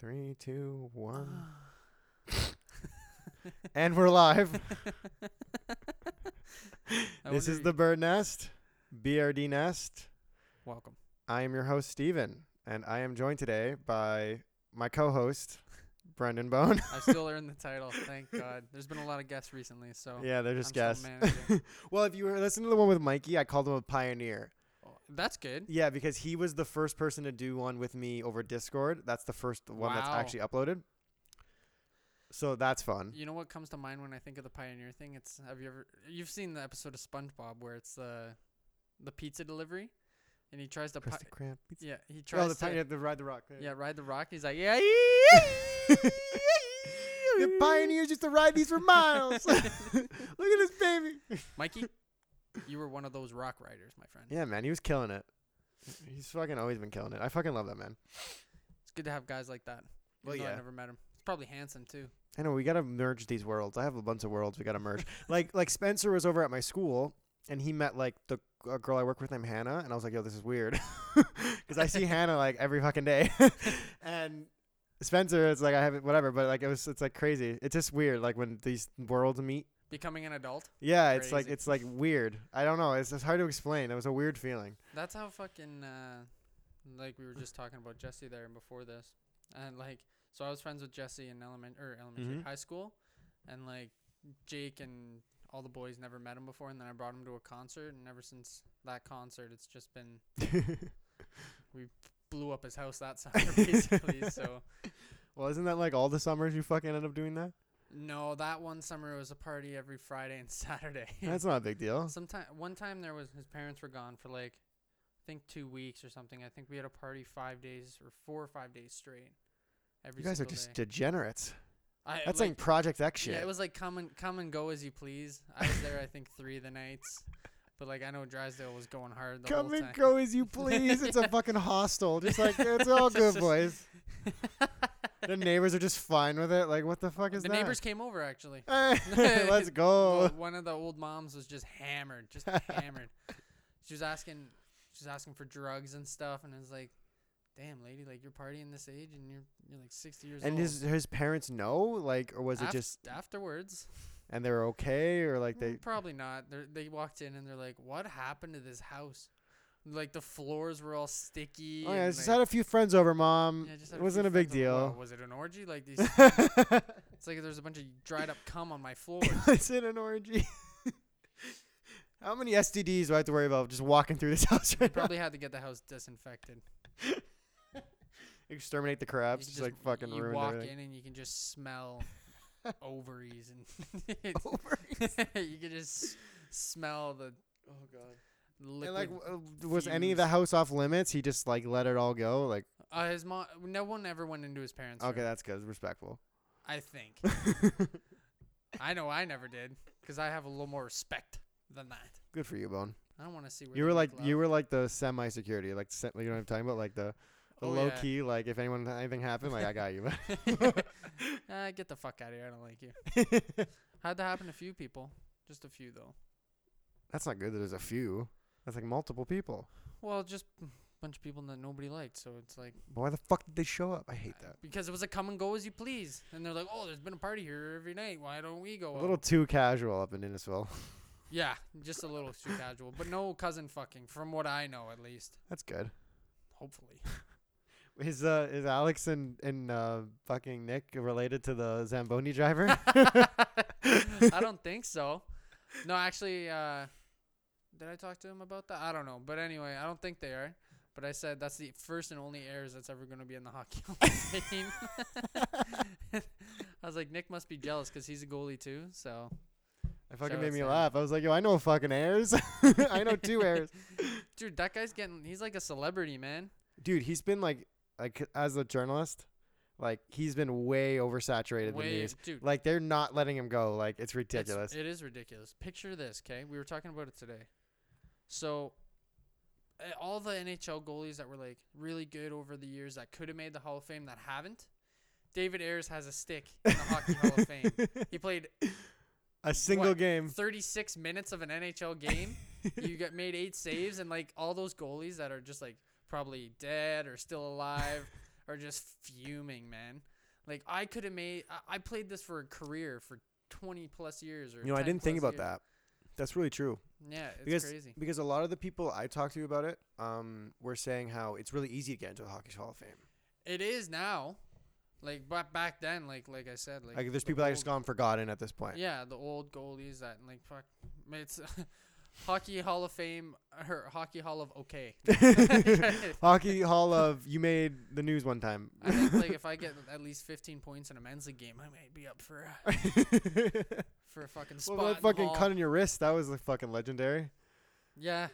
Three, two, one. and we're live. I this wonder is y- the Bird Nest, BRD Nest. Welcome. I am your host, Steven, and I am joined today by my co host, Brendan Bone. I still earned the title. Thank God. There's been a lot of guests recently, so yeah, they're Oh, I'm just still guests. managing. well, if you were listening to the one with Mikey, I called him a pioneer. Oh, that's good. Yeah, because he was the first person to do one with me over Discord. That's the first one that's Wow. actually uploaded. So that's fun. You know what comes to mind when I think of the pioneer thing? It's have you ever you've seen the episode of SpongeBob where it's the the pizza delivery, and he tries to pi- Krusty Krab pizza. yeah he tries Oh, the to pioneer, the ride the rock. yeah ride the rock. He's like yeah the pioneers used to ride these for miles. Look at this baby. Mikey, you were one of those rock riders, my friend. Yeah, man, he was killing it. He's fucking always been killing it. I fucking love that man. It's good to have guys like that. even Well, though I yeah. never met him. It's probably handsome too. I know we gotta merge these worlds. I have a bunch of worlds we gotta merge. like like Spencer was over at my school and he met like the a girl I work with named Hannah and I was like, yo, this is weird because I see Hannah like every fucking day and. Spencer, it's like I haven't whatever, but like it was, it's like crazy. It's just weird, like when these worlds meet. Becoming an adult. Yeah, it's like Crazy. it's like weird. I don't know. It's, it's hard to explain. It was a weird feeling. That's how fucking uh, like we were just talking about Jesse there before this, and like so I was friends with Jesse in element or elementary Mhm. high school, and like Jake and all the boys never met him before, and then I brought him to a concert, and ever since that concert, it's just been we blew up his house that summer basically. so Well, isn't that like all the summers you fucking end up doing that? no, that one summer it was a party every Friday and Saturday. That's not a big deal. Sometime one time there was his parents were gone for like I think two weeks or something. I think we had a party five days or four or five days straight. Every You guys are single just day. degenerates. I, That's like, like Project X shit. yeah. It was like come and come and go as you please. I was there I think three of the nights, but like I know Drysdale was going hard the Come whole and time. go as you please. It's a fucking hostel. Just like it's all good, boys. The neighbors are just fine with it. Like what the fuck is the that? Oh. neighbors came over actually. Hey, let's go. Well, one of the old moms was just hammered, just hammered. She was asking, she was asking for drugs and stuff, and I was like, "Damn, lady, like you're partying this age, and you're you're like 60 years And old." his his parents know, like, or was it Af- just afterwards? and they were okay, or like they? Mm, probably not. They they walked in and they're like, "What happened to this house? Like the floors were all sticky." Oh yeah, I and, just Mm, like- had a few friends over, mom. yeah, just had it few wasn't a big friends over. Well, deal. was it an orgy? Like these? it's it's like there's a bunch of dried up cum on my floor. in an orgy. How many STDs do I have to worry about just walking through this house They right now? probably had to get the house disinfected. Exterminate the You crabs, can just like fucking you ruin walk everything. in and you can just smell ovaries and it's- you can just s- smell the Oh god. liquid. and like, w- uh, was any of the fumes. house off limits? He just like let it all go. Like, uh, his mom. No one ever went into his parents' okay, room. that's good. Respectful. I think. I know I never did because I have a little more respect than that. Good for you, Bone. I don't want to see where You they were like, make you love. were like the semi-security, like se- you know what I'm talking about, like the, the Oh, low yeah. key, like if anyone anything happened, like I got you. Ah, get the fuck out of here. I don't like you. Had to happen to a few people. Just a few though. that's not good. That there's a few. That's like multiple people. Well, just a bunch of people that nobody liked. So it's like. But why the fuck did they show up? I hate I- that. Because it was a come and go as you please. And they're like, oh, there's been a party here every night. Why don't we go? A out?" little too casual up in Innisfil. Yeah, just a little too casual. But no cousin fucking, from what I know at least. That's good. Hopefully. Is uh is Alex and and uh, fucking Nick related to the Zamboni driver? I don't think so. No, actually, uh, did I talk to him about that? I don't know. But anyway, I don't think they are. But I said that's the first and only heirs that's ever going to be in the hockey Hall of Fame. I was like, Nick must be jealous because he's a goalie too. So It fucking So made it's me him. laugh. I was like, yo, I know fucking airs. I know two airs. dude, that guy's getting, he's like a celebrity, man. Dude, he's been like, like as a journalist, like he's been way oversaturated the Way, news. dude, Like they're not letting him go. Like it's It's- ridiculous. It is ridiculous. Picture this, okay? We were talking about it today. So, uh, all the NHL goalies that were like really good over the years that could have made the Hall of Fame that haven't, David Ayers has a stick in the Hockey Hall of Fame. He played a single what? game. 36 minutes of an NHL game. you got made eight saves, and like all those goalies that are just like probably dead or still alive. are just fuming, man. Like I could have made. I, I played this for a career for twenty plus years. Or You know, I 10 didn't think plus about years. that. That's really true. Yeah, it's because crazy. because a lot of the people I talked to about it um, were saying how it's really easy to get into the Hockey Hall of Fame. It is now. Like but back then, like like I said, like, Like, there's the people that old- just gone forgotten at this point. Yeah, the old goalies that like fuck. It's hockey Hall of Fame or hockey Hall of okay. Hockey Hall of you made the news one time. I think like if I get at least 15 points in a men's league game, I might be up for a, for a fucking spot. well, that in the fucking Hall. cut in your wrist that was like fucking legendary. Yeah.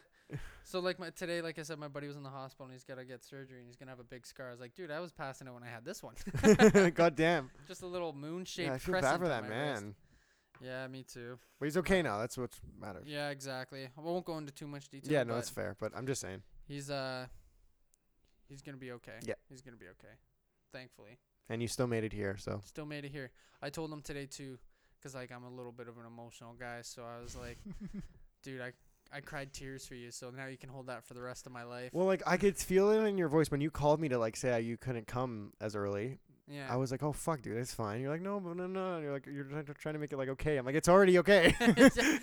So like my today, like I said, my buddy was in the hospital and he's gotta get surgery and he's gonna have a big scar. I was like, dude, I was passing it when I had this one. God damn. Just a little moon shaped. Yeah, I feel bad for that man. Yeah, me too. But he's okay now. That's what matters. Yeah, Yeah, exactly. I won't go into too much detail. no, but- that's fair. But I'm just saying. He's uh he's gonna be okay. Yeah. He's gonna be okay. Thankfully. And you still made it here, so Still made it here. I told him today too, 'cause like I'm a little bit of an emotional guy, so I was like, dude, I I cried tears for you, so now you can hold that for the rest of my life. well, like I could feel it in your voice when you called me to like say you couldn't come as early. yeah. I was like, "Oh fuck, dude, it's fine." You're like, "No, but no, no." And you're like, "You're trying to- trying to make it like okay." I'm like, "It's already okay."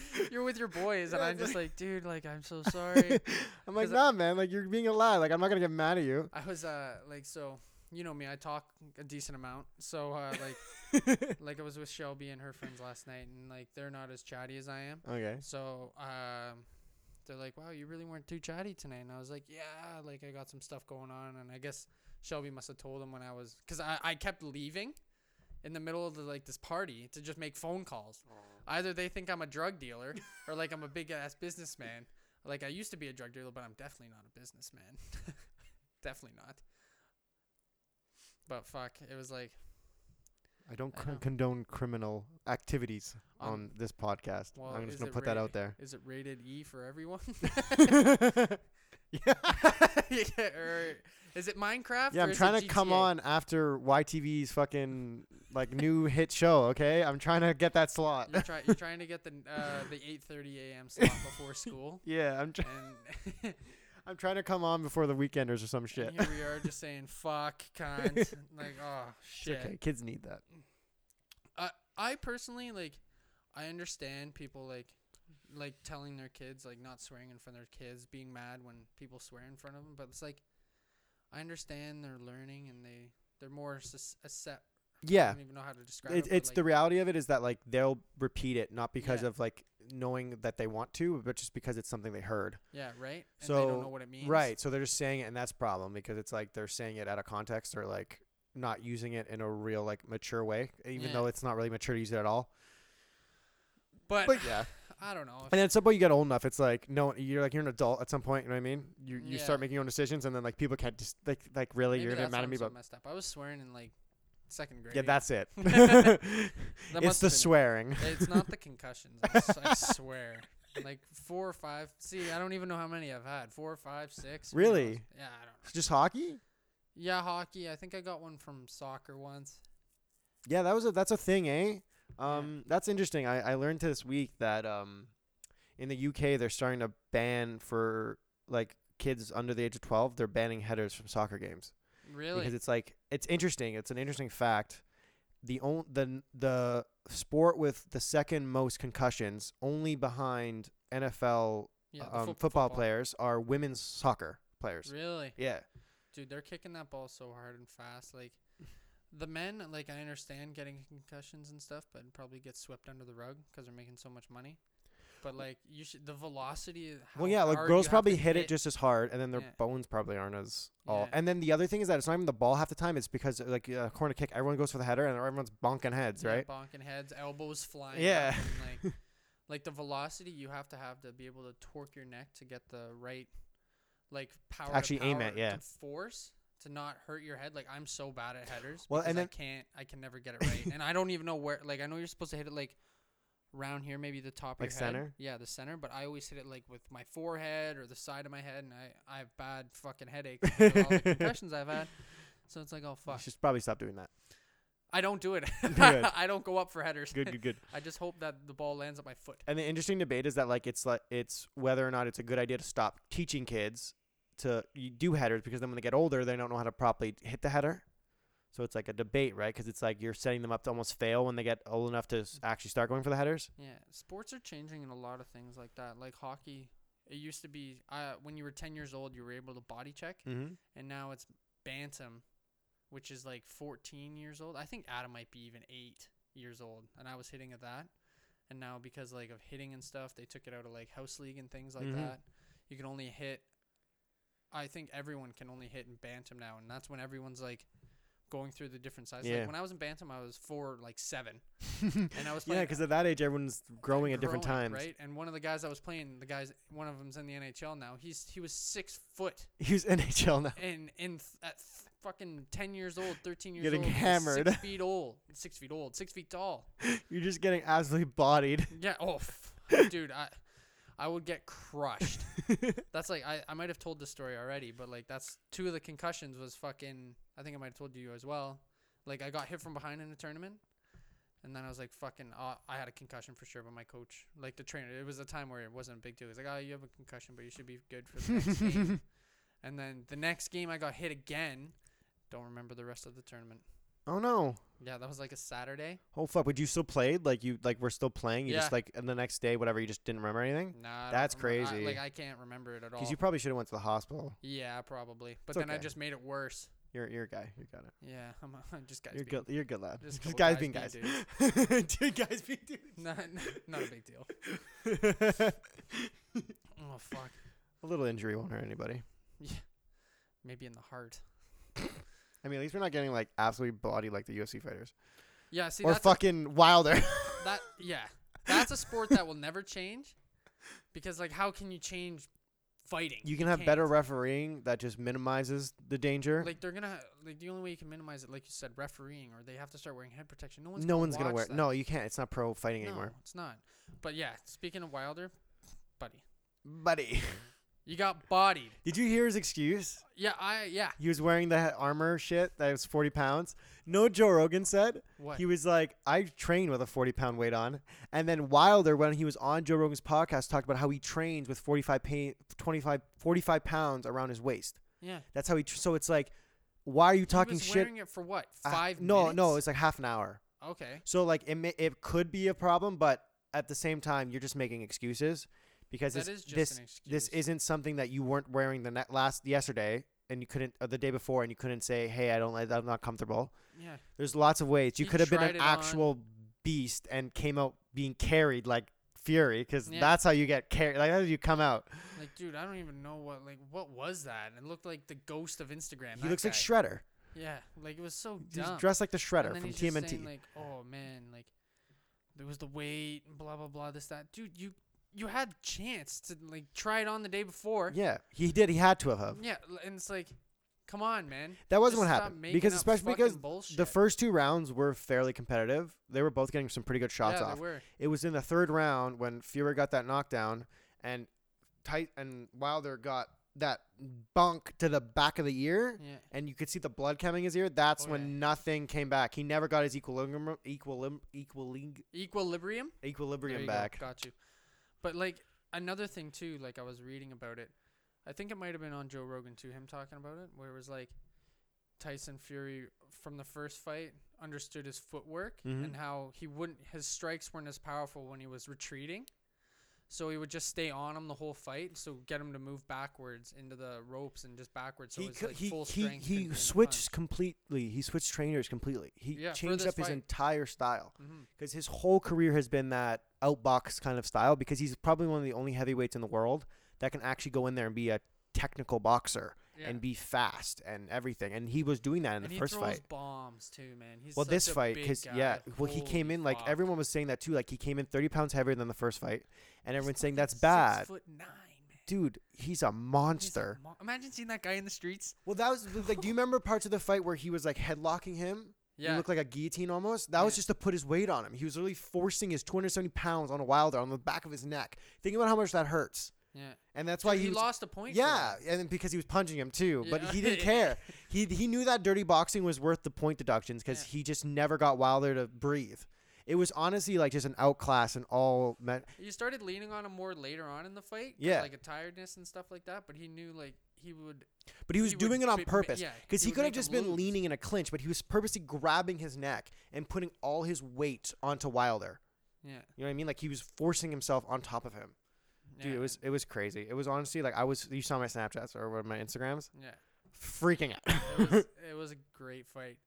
You're with your boys and Yeah, I'm it's just like, dude, like I'm so sorry. I'm like, 'Cause "Nah, man. Like, you're being a lie. Like, I'm not gonna get mad at you." I was uh like so you know me, I talk a decent amount. So uh like like I was with Shelby and her friends last night and like they're not as chatty as I am. okay. So um, they're like, "Wow, you really weren't too chatty tonight." And I was like, "Yeah, like I got some stuff going on." And I guess Shelby must have told him when I was, cause I I kept leaving in the middle of the, like this party to just make phone calls. Either they think I'm a drug dealer or like I'm a big ass businessman. Like I used to be a drug dealer, but I'm definitely not a businessman. definitely not. But fuck, it was like, I don't I con- know. condone criminal activities Um, on this podcast. well, I'm just is gonna it put that rated- out there. is it rated E for everyone? yeah, yeah, or is it Minecraft? yeah. or I'm is it trying to come GTA? on after YTV's fucking like new hit show. Okay, I'm trying to get that slot. You're, try- you're trying to get the uh, the 8:30 a.m. slot before school, yeah, I'm tr- and, I'm trying to come on before the weekenders or some shit. and here we are just saying fuck, cunt, like oh It's shit. okay. Kids need that. I personally like, I understand people like, like telling their kids like not swearing in front of their kids, being mad when people swear in front of them, but it's like, I understand they're learning and they they're more sus- accept. I Yeah, don't even know how to describe it, it. but, it's like, the reality of it is that like they'll repeat it not because Yeah. of like knowing that they want to, but just because it's something they heard. yeah right. And they So, don't know what it means. Right. So they're just saying it, and that's a problem because it's like they're saying it out of context or like not using it in a real like mature way, even Yeah. though it's not really mature to use it at all. But, But yeah, I don't know. and at some point you get old enough, it's like no, you're like you're an adult at some point. You know what I mean? You you Yeah. start making your own decisions, and then like people can't just like like really you're Maybe gonna get that's why mad at I'm me, so but messed up. I was swearing in like second grade. yeah, that's it. That it's must the have been- swearing. It's not the concussions. I, s- I swear, like four or five. See, I don't even know how many I've had. Four, five, six. who knows? Really? Yeah, I don't know. Just hockey? Yeah, hockey. I think I got one from soccer once. Yeah, that was a that's a thing, eh? Yeah. Um, that's interesting. I, I learned this week that um, in the UK they're starting to ban for like kids under the age of twelve. They're banning headers from soccer games Really? because it's like it's interesting. It's an interesting fact. The on, the n- the sport with the second most concussions, only behind NFL yeah, the um, fo- football players, are women's soccer players. Really, Yeah, dude, they're kicking that ball so hard and fast. Like the men, like I understand getting concussions and stuff, but probably get swept under the rug because they're making so much money. But like you should, the velocity. Well, how yeah, like hard you have girls to probably hit, it hit- just as hard, and then their Yeah. bones probably aren't as all. Yeah. And then the other thing is that it's not even the ball half the time. It's because uh, like uh, corner kick, everyone goes for the header, and everyone's bonking heads, Yeah, right? Bonking heads, elbows flying. Yeah. Yeah. And like, like the velocity you have to have to be able to torque your neck to get the right, like power. to actually aim power it, yeah. To force to not hurt your head. Like I'm so bad at headers. Well, Well, and and then- I can't. I can never get it right, and I don't even know where. Like I know you're supposed to hit it like. Round here, maybe the top Like of your center? head. Yeah, the center. But I always hit it like with my forehead or the side of my head, and I, I have bad fucking headaches because of all the concussions I've had. So it's like, oh You fuck, should probably stop doing that. I don't do it. Good. I don't go up for headers. Good, good, good. I just hope that the ball lands at my foot. And the interesting debate is that like it's like it's whether or not it's a good idea to stop teaching kids to you do headers because then when they get older, they don't know how to properly hit the header. So it's like a debate, right? Because it's like you're setting them up to almost fail when they get old enough to Mm-hmm. s- actually start going for the headers. Yeah, sports are changing in a lot of things like that. Like hockey, it used to be uh, when you were 10 years old, you were able to body check, Mm-hmm. and now it's bantam, which is like 14 years old. I think Adam might be even eight years old, and I was hitting at that. And now because like of hitting and stuff, they took it out of like house league and things like Mhm. that. You can only hit. I think everyone can only hit in bantam now, and that's when everyone's like going through the different sizes. Yeah. Like when I was in bantam, I was four, like seven, and I was Yeah, playing because at that age, everyone's growing at different growing, times. Right, and one of the guys I was playing, the guys, one of them's in the NHL now. He's he was six foot Use NHL now. and and th- at th- fucking ten years old, thirteen years Getting old, he's hammered. six feet old, six feet old, six feet tall. You're just getting absolutely bodied. Yeah, oh, f- dude, I I would get crushed. That's like I I might have told the story already, but like that's two of the concussions was fucking. I think I might have told you as well. Like I got hit from behind in a tournament. And then I was like, fucking, uh, I had a concussion for sure, but my coach, like the trainer, it was a time where it wasn't a big deal. He's like, oh, you have a concussion, but you should be good for the next game. And then the next game, I got hit again. Don't remember the rest of the tournament. oh no. Yeah, that was like a Saturday. Oh fuck! Would you still played? Like you like we're still playing. You just Yeah. like and the next day, whatever. You just didn't remember anything Nah, I don't That's remember- I- crazy. like I can't remember it at all. because you probably should have went to the hospital. yeah, probably. But It's then I okay. just made it worse. You're you're a guy. You got it. Yeah, I'm, a- I'm just guys. you're being- good. You're a good lad. just a Just, couple guys, guys being being guys. Dude, guys being Not, not a big deal. dudes. Oh fuck. a little injury won't hurt anybody. Maybe in the heart. I mean, at least we're not getting like absolutely bodied like the UFC fighters Yeah. See, or that's fucking Wilder. a, that. Yeah, that's a sport that will never change, because like, how can you change fighting? you can have better can't. refereeing that just minimizes the danger. Like they're gonna like the only way you can minimize it, like you said, refereeing, or they have to start wearing head protection. No one's no gonna one's gonna watch wear. that. No, you can't. It's not pro fighting anymore, No, it's not. But yeah, speaking of Wilder, buddy, buddy. you got bodied. Did you hear his excuse? Yeah, I yeah. He was wearing the armor shit that was 40 pounds. No, Joe Rogan said What? he was like, I train with a 40 pound weight on. And then Wilder, when he was on Joe Rogan's podcast, talked about how he trains with 45 pa- 25 45 pounds around his waist. yeah. That's how he. Tr- so it's like, why are you He talking was shit? wearing it for what? a- Five. no, no, minutes? it's like half an hour. okay. So like it ma- it could be a problem, but at the same time, you're just making excuses because That this is just this an this excuse. isn't something that you weren't wearing the net last yesterday and you couldn't or the day before and you couldn't say, "Hey, I don't like I'm not comfortable." Yeah. There's lots of ways. You He could have been tried an it on. actual beast and came out being carried like Fury cuz Yeah. that's how you get carried. Like how do you come out? Like, dude, I don't even know what like what was that? It looked like the ghost of Instagram. he that looks like guy. Shredder. Yeah, like it was so He's dumb. dressed like the And Shredder then from he's just TMNT. saying, like, oh man, like there was the weight, and blah blah blah, this that, dude. You you had chance to like try it on the day before. yeah, he did. He had to have. Yeah, l- and it's like, come on, man. That wasn't Mm, Just what stop happened making because up especially fucking because bullshit. the first two rounds were fairly competitive. They were both getting some pretty good shots yeah, off. They were. It was in the third round when Fury got that knockdown and tight and Wilder got that bunk to the back of the ear Yeah. and you could see the blood coming his ear. That's Oh, when yeah. nothing came back. He never got his equilibrium equilibrium equilibrium, Equilibrium. There equilibrium you go, back. Got you. But like another thing too, like I was reading about it. I think it might have been on Joe Rogan too, him talking about it, where it was like Tyson Fury from the first fight understood his footwork Mhm. and how he wouldn't his strikes weren't as powerful when he was retreating. So he would just stay on him the whole fight, so get him to move backwards into the ropes and just backwards. So He, it's cou- like he, full he, strength. he switched completely. He switched trainers completely. He Yeah, for changed this up his fight. entire style. hmm because his whole career has been that outbox kind of style because he's probably one of the only heavyweights in the world that can actually go in there and be a technical boxer Yeah. and be fast and everything and he was doing that in And the he first throws fight bombs too, man. He's well such this a fight big because guy. yeah well he came Holy in like fuck. everyone was saying that too like he came in 30 pounds heavier than the first fight and He's everyone's saying fucking that's six bad foot nine, man. dude he's a He's a monster mon- Imagine seeing that guy in the streets. well that was like do you remember parts of the fight where he was like headlocking him He Yeah. looked like a guillotine almost. That was Yeah. just to put his weight on him. He was really forcing his 270 pounds on a Wilder on the back of his neck. Think about how much that hurts. yeah. And that's Dude, why he, he, was, lost a point. for Yeah, that. and then because he was punching him too, but Yeah. he didn't care. he he knew that dirty boxing was worth the point deductions because Yeah. he just never got Wilder to breathe. It was honestly like just an outclass in all. Met- You started leaning on him more later on in the fight. 'cause, Yeah. Like a tiredness and stuff like that. But he knew like he would. But he was would doing it on bi- ma- purpose. yeah, Because he, would could have make just him been lose. leaning in a clinch, but he was purposely grabbing his neck and putting all his weight onto Wilder. Yeah. You know what I mean? Like he was forcing himself on top of him. Dude, yeah, it was it was crazy. It was honestly like I was. You saw my Snapchats or one of my Instagrams, Yeah. freaking out. it was it was a great fight.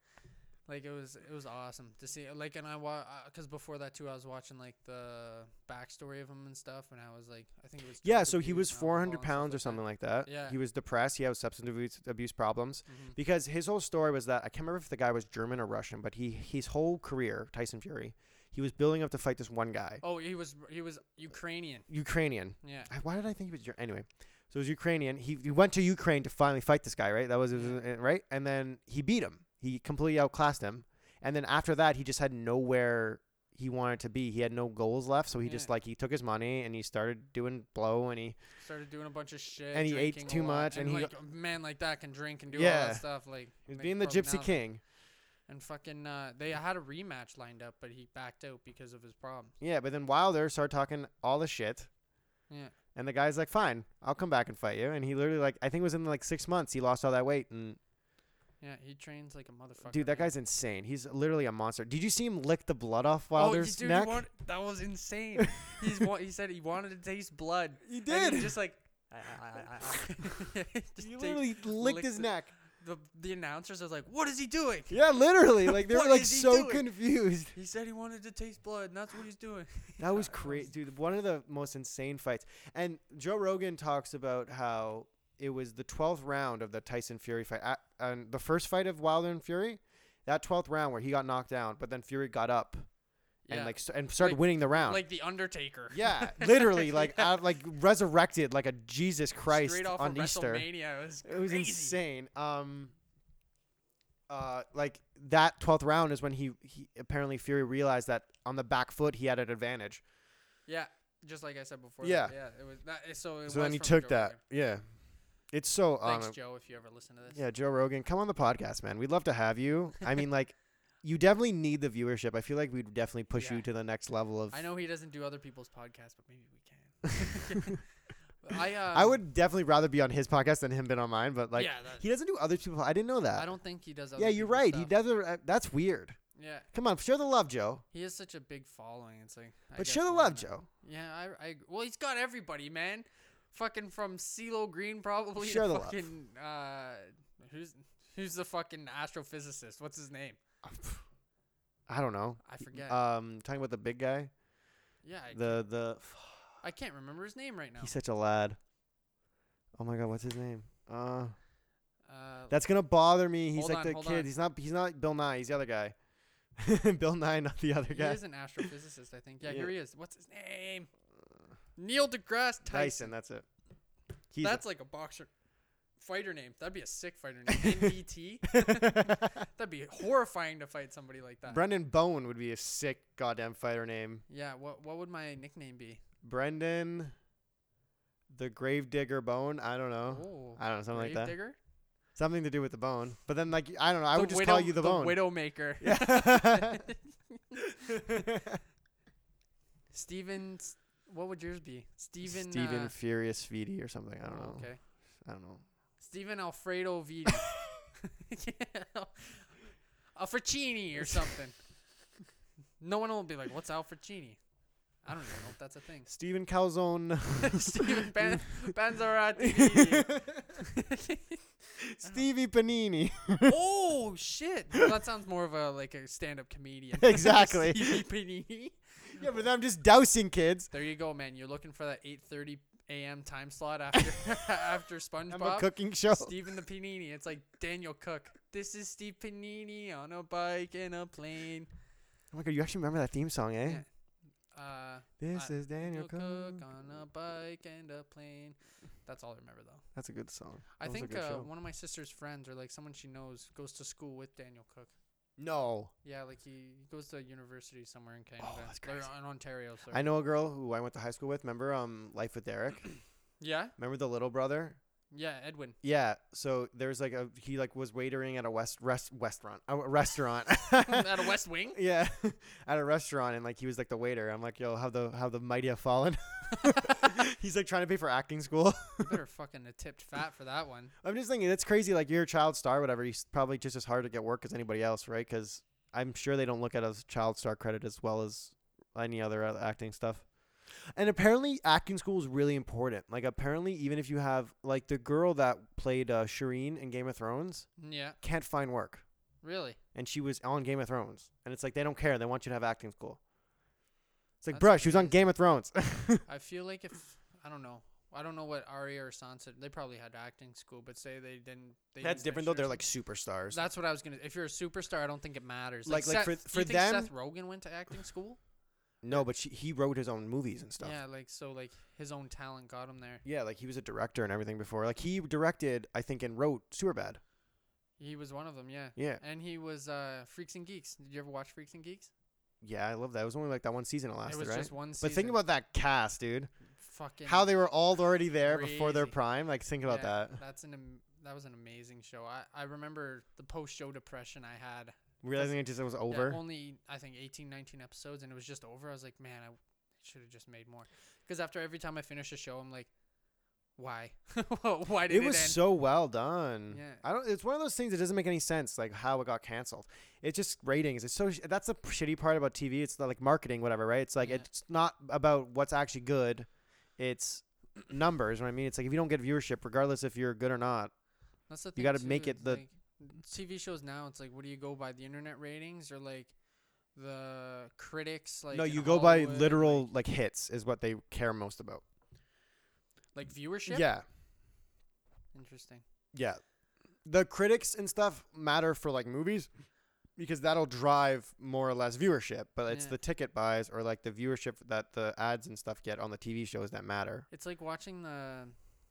Like it was it was awesome to see. Like and I wa because before that too, I was watching like the backstory of him and stuff, and I was like, I think it was yeah, Jacob so he Hughes was and Allen 400 Ball and pounds or stuff something like like that. Yeah. He was depressed. He had substance abuse, abuse problems that. Mhm. because his whole story was that I can't remember if the guy was German or Russian, but he his whole career, Tyson Fury, he was building up to fight this one guy, Oh, he was he was Ukrainian. Ukrainian. Yeah, I- Why did I think he was Ger- anyway? So it was Ukrainian. He, he went to Ukraine to finally fight this guy, right? That was, it was uh, right, and then he beat him. He completely outclassed him, and then after that, he just had nowhere he wanted to be. He had no goals left, so he just Yeah. like he took his money and he started doing blow, and he started doing a bunch of shit. And he ate drinking a too lot, much, and he like a man like that can drink and do all Yeah. that stuff. Like he was like, being the probably gypsy now- king. And fucking, uh, they had a rematch lined up, but he backed out because of his problems. Yeah, but then Wilder started talking all the shit. Yeah. And the guy's like, "Fine, I'll come back and fight you." And he literally like, I think it was in like six months, he lost all that weight. And Yeah, he trains like a motherfucker. dude, that man. guy's insane. He's literally a monster. Did you see him lick the blood off Oh, Wilder's dude, neck? He want, that was insane. He's wa- he said he wanted to taste blood. He And did. he just like. "Ah, ah, ah, ah, ah." Just he take- literally licked licked his the- neck. the, the announcers was like, "What is he doing?" Yeah, literally. Like they were What like is he so doing? confused. He said he wanted to taste blood, and that's what he's doing. That was Uh, that crazy, was- dude. One of the most insane fights. And Joe Rogan talks about how it was the twelfth round of the Tyson Fury fight, A- and the first fight of Wilder and Fury. That twelfth round where he got knocked down, but then Fury got up and Yeah. like s- and started Like- winning the round. like the Undertaker. yeah, literally, like Yeah. out, like resurrected like a Jesus Christ straight off on of Easter. WrestleMania. It was, It was crazy. insane. Um, uh, like that twelfth round is when he, he apparently Fury realized that on the back foot he had an advantage. Yeah, just like I said before. Yeah. that- yeah. It was that. it- So, it so then was he from took Joe that. Rogan. Yeah, it's so. Um, Thanks, Joe, if you ever listen to this. yeah, Joe Rogan, come on the podcast, man. We'd love to have you. I mean, like, you definitely need the viewership. I feel like we'd definitely push you Yeah. to the next level of. I know he doesn't do other people's podcasts, but maybe we can. I um, I would definitely rather be on his podcast than him been on mine, but like, yeah, that, he doesn't do other people. I didn't know that. I don't think he does. Other yeah, you're people's right. He stuff. doesn't. Uh, that's weird. Yeah, Come on, share the love, Joe. he has such a big following. It's like, I But guess share the why love, not? Joe. Yeah, I, I, well, he's got everybody, man. Fucking from CeeLo Green, probably. to Share the love. fucking, Uh, who's who's the fucking astrophysicist? What's his name? I don't know. I forget. Um, talking about the big guy, yeah, I, the the I can't remember his name right now. he's such a lad. Oh my god, what's his name? Uh, Uh, that's gonna bother me. He's Oh. Hold like on, the hold kid. on. He's not. He's not Bill Nye. He's the other guy. Bill Nye, not the other he guy. is an astrophysicist, I think. Yeah, Yeah. here he is. What's his name? Neil deGrasse Tyson. Tyson. That's it. He's That's like a boxer fighter name. That'd be a sick fighter name. NDT. That'd be horrifying to fight somebody like that. Brendan Bowen would be a sick goddamn fighter name. yeah, what what would my nickname be? Brendan, the Gravedigger Bone. I don't know. Oh, I don't know something like that. Gravedigger? Something to do with the bone. But then like I don't know. I The would just widow- call you the, bone. Widowmaker. Yeah. Steven, S- what would yours be? Steven. Steven uh, Furious Vidi or something. I don't oh, know. Okay. I don't know. Steven Alfredo Vidi. yeah. Alfracini or something. no one will be like, what's Alfracini? I don't even know if that's a thing. Steven Calzone. Uh-huh. Steven Pan- Panzerati. Stevie Panini. oh shit! Well, that sounds more of a like a stand-up comedian. Exactly. Stevie Panini. yeah, but I'm just dousing kids. There you go, man. You're looking for that 8:30 a.m. time slot after after I'm a SpongeBob. cooking show. Steven the Panini. It's like Daniel Cook. This is Steve Panini on a bike and a plane. Oh my god, you actually remember that theme song, eh? Yeah. Uh, This I- is Daniel Cook. on a bike and a plane. That's all I remember though. That's a good song. I That was a think good uh, show. one of my sister's friends or like someone she knows goes to school with Daniel Cook. No. Yeah, like he he goes to university somewhere in Canada. Oh, that's Or crazy. in Ontario, sorry. I know a girl who I went to high school with. Remember um Life with Derek? yeah? Remember the little brother? Yeah, Edwin. Yeah, so there's like a he like was waitering at a west rest restaurant, a restaurant. Out of West Wing? Yeah, at a restaurant, and like he was like the waiter. I'm like, yo, how the how the mighty have fallen. He's like trying to pay for acting school. You better fucking have tipped fat for that one. I'm just thinking that's crazy. Like you're a child star, whatever. He's probably just as hard to get work as anybody else, right? Because I'm sure they don't look at us child star credit as well as any other uh, acting stuff. And apparently, acting school is really important. Like apparently, even if you have like the girl that played uh, Shireen in Game of Thrones Mm, Yeah, can't find work, really. and she was on Game of Thrones, and it's like they don't care. They want you to have acting school. It's like, That's bruh, she was on amazing. Game of Thrones. I feel like if I don't know, I don't know what Arya or Sansa. They probably had acting school, but say they didn't. They That's used different though. extra- They're like superstars. That's what I was gonna. If you're a superstar, I don't think it matters. Like- like, for- do for you think them- Seth Rogen went to acting school. No, but she, he wrote his own movies and stuff. Yeah, like so, like his own talent got him there. Yeah, like he was a director and everything before. Like he directed, I think, and wrote Superbad. He was one of them. Yeah. Yeah, And he was uh, Freaks and Geeks. Did you ever watch Freaks and Geeks? yeah, I love that. It was only like that one season it lasted, it was right? just one season. but think about that cast, dude. fucking How they were all already there before their crazy. prime. Like think about Yeah, that. That's an am- that was an amazing show. I, I remember the post show depression I had. Realizing it just it was Yeah, over. only I think 18, 19 episodes, and it was just over. I was like, man, I should have just made more. Because after every time I finish a show, I'm like, why? why did it it, was end? so well done. Yeah. I don't. It's one of those things that doesn't make any sense, like how it got canceled. It's just ratings. It's so. sh- That's the p- shitty part about TV. It's the, like marketing, whatever, right? It's like Yeah. it's not about what's actually good. It's numbers. You know what I mean, it's like if you don't get viewership, regardless if you're good or not. That's the thing gotta too, make it it's the- like, TV shows now. It's like, what do you go by? The internet ratings or like the critics? Like no, in you go by Hollywood and, literal like, hits is what they care most about. like, like viewership. Yeah, interesting. yeah. The critics and stuff matter for like movies because that'll drive more or less viewership. But it's Yeah. the ticket buys or like the viewership that the ads and stuff get on the TV shows that matter. It's like watching the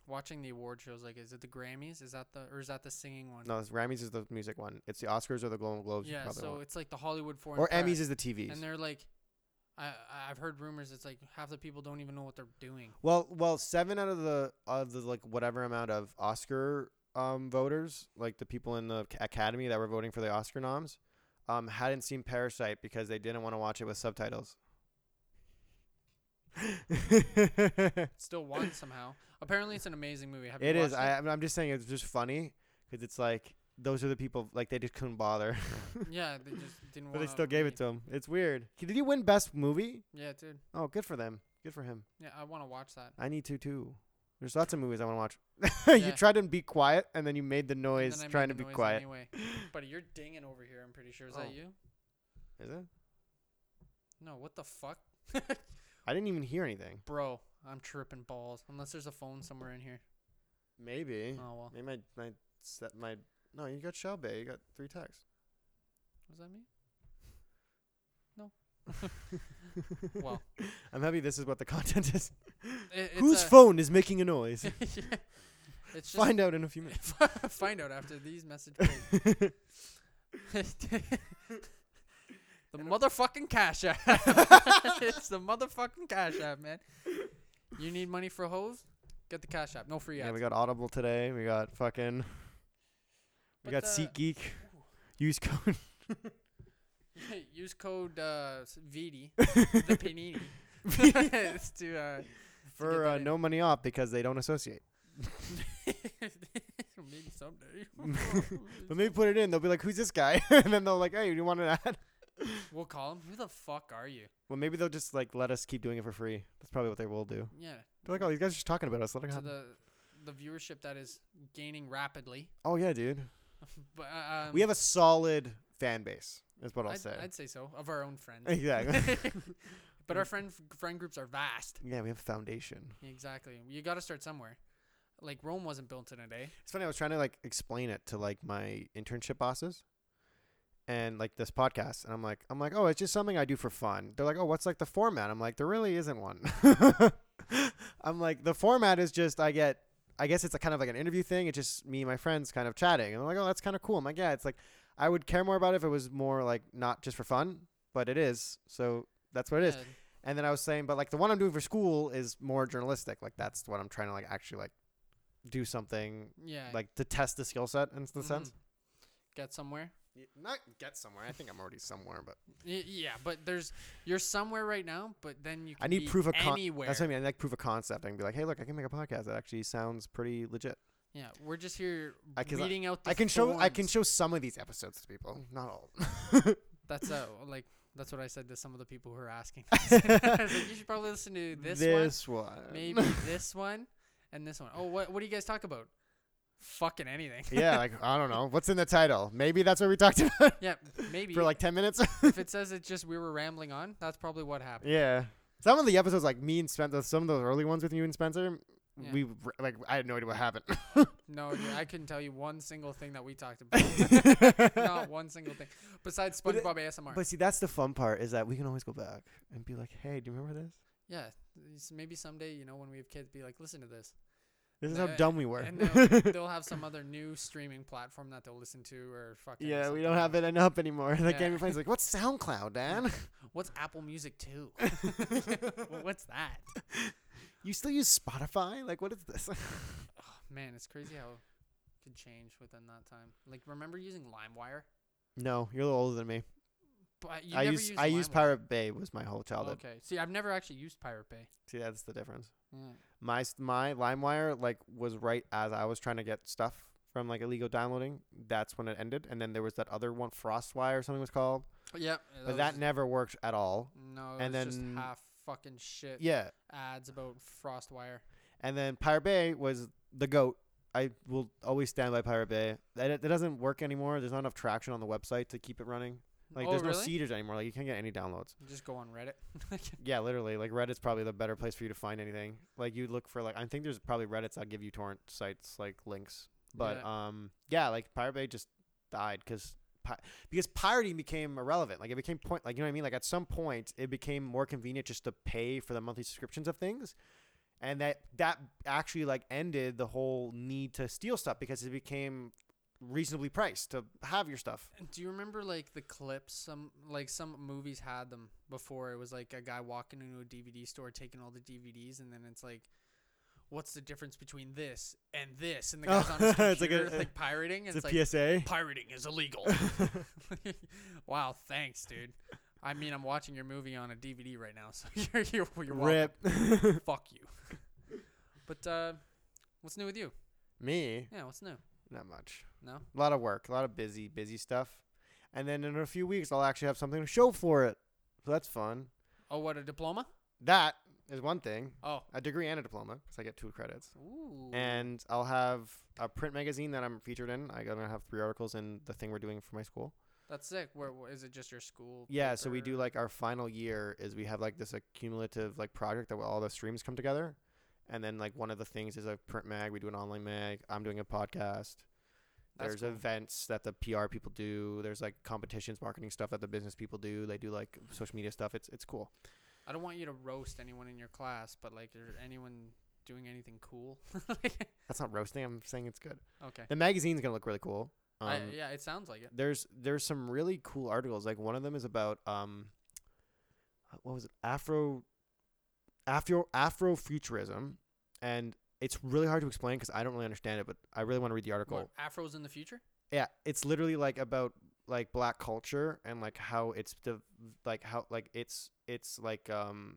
watching the award shows. Like, is it the Grammys? Is that the or is that the singing one? No, it's Grammys is the music one. It's the Oscars or the Golden Globes. you Yeah, probably so want. it's like the Hollywood foreign or press. Emmys is the TVs. and they're like, I I- I've heard rumors. It's like half the people don't even know what they're doing. Well, well, seven out of the of the like whatever amount of Oscar um voters, like the people in the ac- Academy that were voting for the Oscar noms, um hadn't seen Parasite because they didn't want to watch it with subtitles. it Still won somehow. Apparently, it's an amazing movie. Have you is. watched I, I'm- I'm just saying it's just funny because it's like those are the people like they just couldn't bother, yeah, they just didn't. but they wanna still gave really- it to him. It's weird. Did he win best movie? Yeah, dude. Oh, good for them. Good for him. Yeah, I want to watch that. I need to too. There's lots of movies I want to watch. Yeah. you tried to be quiet, and then you made the And noise then I made trying the to be noise quiet. Anyway, buddy, you're dinging over here. I'm pretty sure. Is Oh. that you? Is it? No, what the fuck, I didn't even hear anything. bro? I'm tripping balls. Unless there's a phone somewhere in here. Maybe. Oh well. Maybe my my set my. No, you got Shell Bay. You got three texts. Was that me? No. well, I'm happy this is what the content is. it, it's Whose a- phone is making a noise? Yeah, it's just Find out in a few minutes. find out after these message breaks. the motherfucking cash app. it's the motherfucking cash app, man. You need money for hose? Get the cash app. No free Yeah, ads. we got Audible today. We got fucking. We But, got uh, SeatGeek. Use code. Use code uh, s- VD, the panini. it's to uh, for that uh, in. no money off because they don't associate. maybe someday. But maybe put it in. They'll be like, "Who's this guy?" and then they'll like, "Hey, you want an ad?" we'll call him. Who the fuck are you? Well, maybe they'll just like let us keep doing it for free. That's probably what they will do. Yeah. They're like, "Oh, these guys are just talking about us. Let it to happen." the the viewership that is gaining rapidly. Oh yeah, dude. But uh, um, we have a solid fan base. Is what I'll I'd, say. I'd say so of our own friends. exactly. but our friend friend groups are vast. yeah, we have a foundation. Exactly. You got to start somewhere. Like Rome wasn't built in a day. It's funny. I was trying to like explain it to like my internship bosses, and like this podcast, and I'm like, I'm like, oh, it's just something I do for fun. They're like, oh, what's like the format? I'm like, there really isn't one. I'm like, the format is just I get. I guess it's a kind of like an interview thing. It's just me and my friends kind of chatting, and I'm like, oh, that's kind of cool. I'm like, yeah, it's like I would care more about it if it was more like not just for fun, but it is. So that's what it is. Yeah. And then I was saying, but like the one I'm doing for school is more journalistic. Like that's what I'm trying to like actually like do something Yeah. Mm-hmm. like to test the skill set in the sense. mhm. Get somewhere. Y- Not get somewhere. I think I'm already somewhere, but Y- yeah, but there's you're somewhere right now, but then you. Can I need be proof of con- anywhere. that's what I mean. I like proof of concept. I can be like, hey, look, I can make a podcast that actually sounds pretty legit. yeah, we're just here I- 'cause I- weeding out. The I can show I can thorns. show some of these episodes to people, Mm, not all. That's uh, like that's what I said to some of the people who are asking. this. I was like, you should probably listen to this, this one, one, maybe this one, and this one. Oh, what what do you guys talk about? Fucking anything. yeah, like I don't know what's in the title. Maybe that's what we talked about yeah, maybe. for like ten minutes. if it says it's just we were rambling on, that's probably what happened. yeah, some of the episodes like me and Spencer, some of those early ones with you and Spencer, Yeah. we r- like I had no idea what happened. No, dude, I couldn't tell you one single thing that we talked about. Not one single thing besides But it- SpongeBob ASMR. But see, that's the fun part is that we can always go back and be like, hey, do you remember this? yeah, s- maybe someday you know when we have kids, be like, listen to this, This is No, how dumb we were. and they'll, they'll have some other new streaming platform that they'll listen to or fucking. yeah, we something. don't have it enough anymore. The Yeah. game we play is like, what's SoundCloud, Dan? What's Apple Music too? What's that? you still use Spotify? Like, what is this? Man, it's crazy how it could change within that time. Like, remember using LimeWire? no, you're a little older than me. But you I never use used I use LimeWire. Oh, Pirate Bay was my whole childhood. Okay, see, I've never actually used Pirate Bay. See, that's the difference. Yeah. My s- my LimeWire like was right as I was trying to get stuff from like illegal downloading. That's when it ended, and then there was that other one, Frostwire or something it was called, Yep. but that never worked at all. no, it and was just then- half fucking shit Yeah, ads about Frostwire. And then Pirate Bay was the goat. I will always stand by Pirate Bay. That, that doesn't work anymore. There's not enough traction on the website to keep it running. Like oh, there's really? no seeders anymore. Like you can't get any downloads. You Just go on Reddit. Yeah, literally. Like Reddit's probably the better place for you to find anything. Like you look for like I think there's probably Reddit's that'll give you torrent sites like links. But um yeah, like Pirate Bay just died because because pirating became irrelevant. Like it became point like you know what I mean? Like at some point it became more convenient just to pay for the monthly subscriptions of things. And that that actually like ended the whole need to steal stuff because it became reasonably priced to have your stuff. Do you remember like the clips? Some like some movies had them before. It was like a guy walking into a DVD store, taking all the DVDs, and then it's like, what's the difference between this and this? And the Oh, guy's on his computer, it's like a- like pirating. And it's, like PSA. pirating is illegal. wow, thanks, dude. I mean, I'm watching your movie on a DVD right now, so you're you're, you're welcome. Rip. Fuck you. but uh, what's new with you? Me, Yeah, what's new? not much. No. a lot of work, a lot of busy, busy stuff. And then in a few weeks, I'll actually have something to show for it. So that's fun. Oh, what a diploma? That is one thing Oh. a degree and a diploma because I get two credits. Ooh. And I'll have a print magazine that I'm featured in. I'm going to have three articles in the thing we're doing for my school. That's sick. Where, where is it? Just your school? Yeah, so we do paper? like our final year is we have like this accumulative like project that where all the streams come together. And then like one of the things is a print mag, we do an online mag, I'm doing a podcast. That's There's cool. events that the PR people do. There's like competitions, marketing stuff that the business people do. They do like social media stuff. It's it's cool. I don't want you to roast anyone in your class, but like, is anyone doing anything cool? That's not roasting. I'm saying it's good. okay. The magazine's gonna look really cool. Um, I, yeah, it sounds like it. There's there's some really cool articles. Like one of them is about um, uh, what was it? Afro, Afro Afrofuturism, and it's really hard to explain because I don't really understand it. But I really want to read the article. What, Afros in the future? yeah it's literally like about like black culture and like how it's the like how like it's it's like um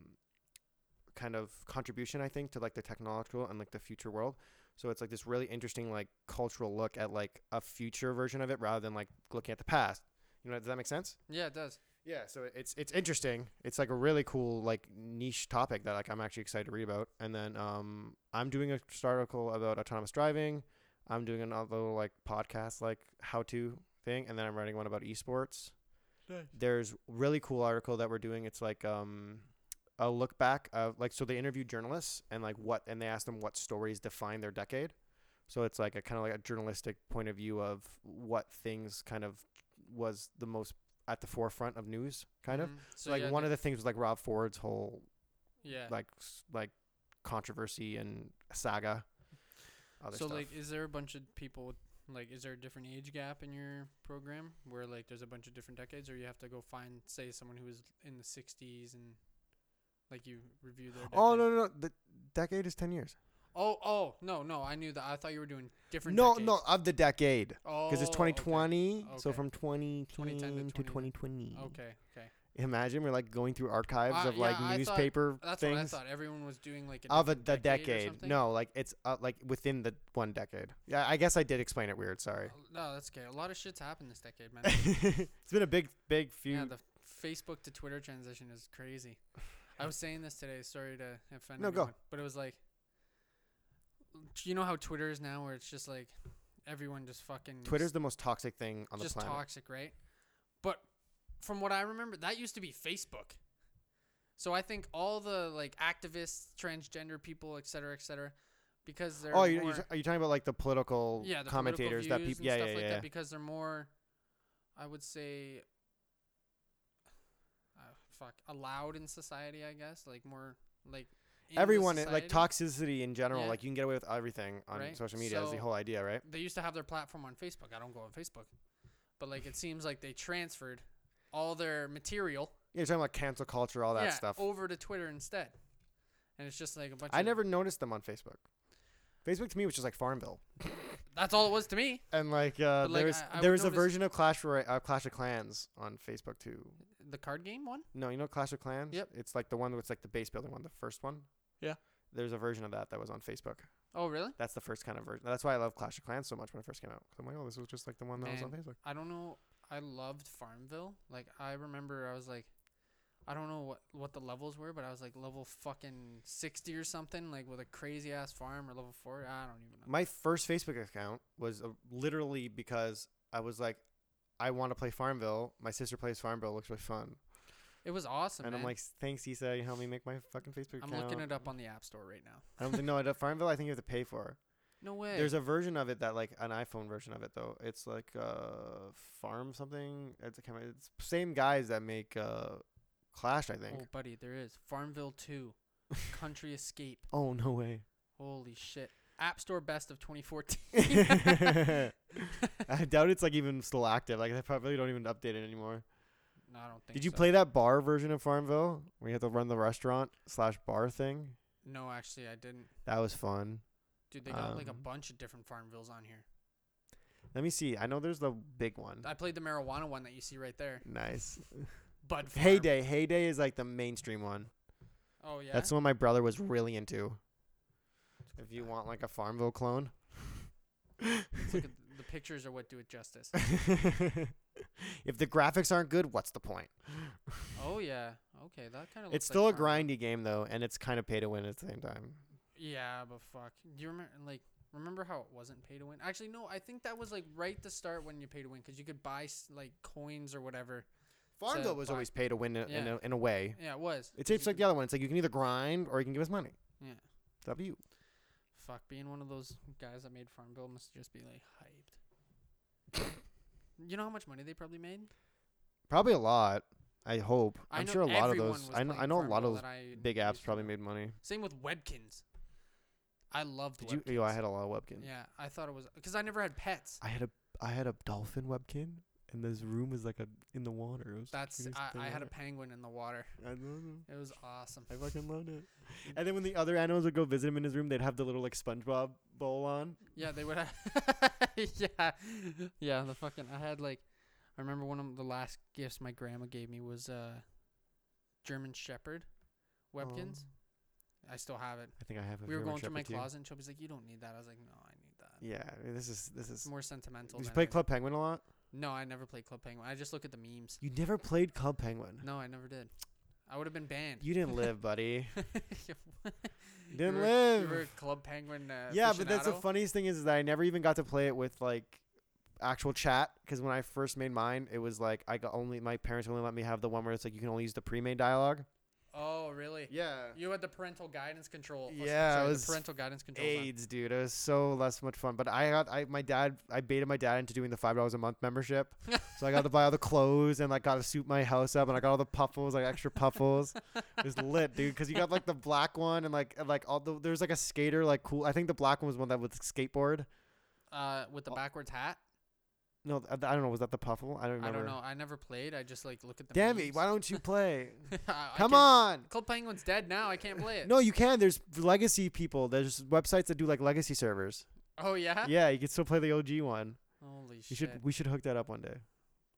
kind of contribution i think to like the technological and like the future world so it's like this really interesting like cultural look at like a future version of it rather than like looking at the past you know does that make sense Yeah, it does. yeah so it's it's interesting it's like a really cool like niche topic that like i'm actually excited to read about and then um i'm doing a start article about autonomous driving i'm doing another little like podcast like how to thing and then i'm writing one about esports there's really cool article that we're doing it's like um a look back of like so they interview journalists and like what and they ask them what stories define their decade so it's like a kind of like a journalistic point of view of what things kind of was the most at the forefront of news kind of Mhm. So so like yeah, one the- of the things was like rob ford's whole yeah. like s- like controversy and saga other so stuff. like, is there a bunch of people? With, like, is there a different age gap in your program where like there's a bunch of different decades, or you have to go find say someone who was in the '60s and like you review their? oh decade? no no no the decade is 10 years Oh, oh, no, no. I knew that. I thought you were doing different. no, decades. no, of the decade. Oh, Because it's 2020, so Okay. from 2010, 2010 to to 2020. 2020. Okay, okay. okay. Imagine we're like going through archives Uh, of like yeah, I thought- newspaper That's what I things thought. Everyone was doing like a of a, different the decade. decade. or something? No, like it's uh, like within the one decade. Yeah, I guess I did explain it weird. Sorry. Oh, No, that's okay. A lot of shit's happened this decade, man. it's been a big, big few. yeah, the Facebook to Twitter transition is crazy. I was saying this today. Sorry to offend. No, go. everyone, But it was like, do you know how Twitter is now, where it's just like everyone just fucking s- Twitter's the most toxic thing on the just planet. toxic, right? But from what I remember, that used to be Facebook. So I think all the like activists, transgender people, et cetera, et cetera, because they're Oh, you, more, you, are you talking about like the political yeah, the commentators that people? Yeah, stuff yeah, like yeah. That because they're more, I would say, uh, fuck, allowed in society. I guess like more like in the Everyone it- like society. toxicity in general. Yeah. Like you can get away with everything on Right? social media. is the So- whole idea, right? They used to have their platform on Facebook. I don't go on Facebook, but like it seems like they transferred all their material You're talking about cancel culture, all that yeah, stuff. over to Twitter instead, and it's just like a bunch. I of, never noticed them on Facebook. Facebook to me was just like Farmville. That's all it was to me. And like, uh, But, like, there was I- I there would was a notice- version of Clash Roy- uh, Clash of Clans on Facebook too. The card game one. No, you know Clash of Clans. Yep. It's like the one that's like the base building one, the first one. Yeah. There's a version of that that was on Facebook. Oh really? That's the first kind of version. That's why I love Clash of Clans so much when it first came out. 'Cause I'm like, oh, this was just like the one that was on Man. Facebook. I don't know. I loved Farmville. Like I remember, I was like, I don't know what what the levels were, but I was like level fucking sixty or something, like with a crazy ass farm or level four. I don't even know. My first Facebook account was uh, literally because I was like, I want to play Farmville. My sister plays Farmville. Looks really fun. It was awesome. and I'm man. like, thanks, Isa. You helped me make my fucking Facebook I'm account. looking it up on the App Store right now. I don't think no, at Farmville. I think you have to pay for. it. No way. There's a version of it that like an iPhone version of it though. It's like uh farm something. It's, a chemi- it's same guys that make uh Clash, I think. oh buddy, there is Farmville Two, Country Escape. Oh, no way. Holy shit! App Store Best of 2014. I doubt it's like even still active. Like they probably don't even update it anymore. No, I don't think. Did you so. play that bar version of Farmville where you have to run the restaurant slash bar thing? No, actually, I didn't. That was fun. Dude, they got like a Um, bunch of different Farmvilles on here. Let me see. I know there's the big one. I played the marijuana one that you see right there. Nice. Bud Farm. Heyday. Heyday is like the mainstream one. Oh yeah. That's the one my brother was really into. Let's If you go want like a Farmville clone. back. Look at th- the pictures are what do it justice. if the graphics aren't good, what's the point? oh yeah. Okay, that kind of. It's still a grindy game though, and it's kind of pay to win at the same time. Yeah, but fuck. Do you remember like remember how it wasn't pay to win? Actually, no. I think that was like right to start when you pay to win because you could buy s- like coins or whatever. Farmville So, was but- always pay to win in, in, Yeah. a, in a way. Yeah, it was. It's 'cause just you like the other one. It's like you can either grind or you can give us money. could- Yeah. It's up to you. Fuck, being one of those guys that made Farmville must just be like hyped. you know how much money they probably made? Probably a lot. I hope. I I'm know sure a lot of everyone those. was I know. playing I know a lot Farmville of those that I big used apps to probably know. made money. Same with Webkins. I loved. Did Webkins. you? Yo, I had a lot of webkin. Yeah, I thought it was because I never had pets. I had a. I had a dolphin webkin, and this room was like a in the water. It um, was That's just I, I had a there. penguin in the water. I don't know. It was awesome. I fucking loved it. And then when the other animals would go visit him in his room, they'd have the little like SpongeBob bowl on. Yeah, they would. Have yeah, yeah. The fucking I had like, I remember one of the last gifts my grandma gave me was uh, German Shepherd, Webkins. Oh, I still have it. I think I have. A we were German going through my Shepherd too. closet, and she was like, "You don't need that." I was like, "No, I need that." Yeah, I mean, this is this It's is. more sentimental. Did you than play anything. Club Penguin a lot? No, I never played Club Penguin. I just look at the memes. You never played Club Penguin. No, I never did. I would have been banned. You didn't live, buddy. You You didn't were- live. You were a Club Penguin. Uh, yeah, but that's the aficionado? funniest thing is, that I never even got to play it with like actual chat because when I first made mine, it was like I got only my parents only let me have the one where it's like you can only use the pre-made dialogue. Oh, really? Yeah. You had the parental guidance control. oh, s- Yeah, it sorry, was the parental guidance control. on. AIDS, dude. It was so less much fun. But I got I my dad I baited my dad into doing the five dollars a month membership. so I got to buy all the clothes and like got to suit my house up and I got all the puffles, like extra puffles. it was lit, dude, because you got like the black one and like and, like all the there's like a skater like cool. I think the black one was one that was skateboard. Uh, with the Oh. backwards hat. No, th- I don't know. Was that the puffle? I don't remember. I don't know. I never played. I just like look at the. Damn it! memes. Why don't you play? I- I Come can't- on. Club Penguin's dead now. I can't play it. No, you can. There's legacy people. There's websites that do like legacy servers. Oh yeah. Yeah, you can still play the OG one. Holy You shit. should. We should hook that up one day.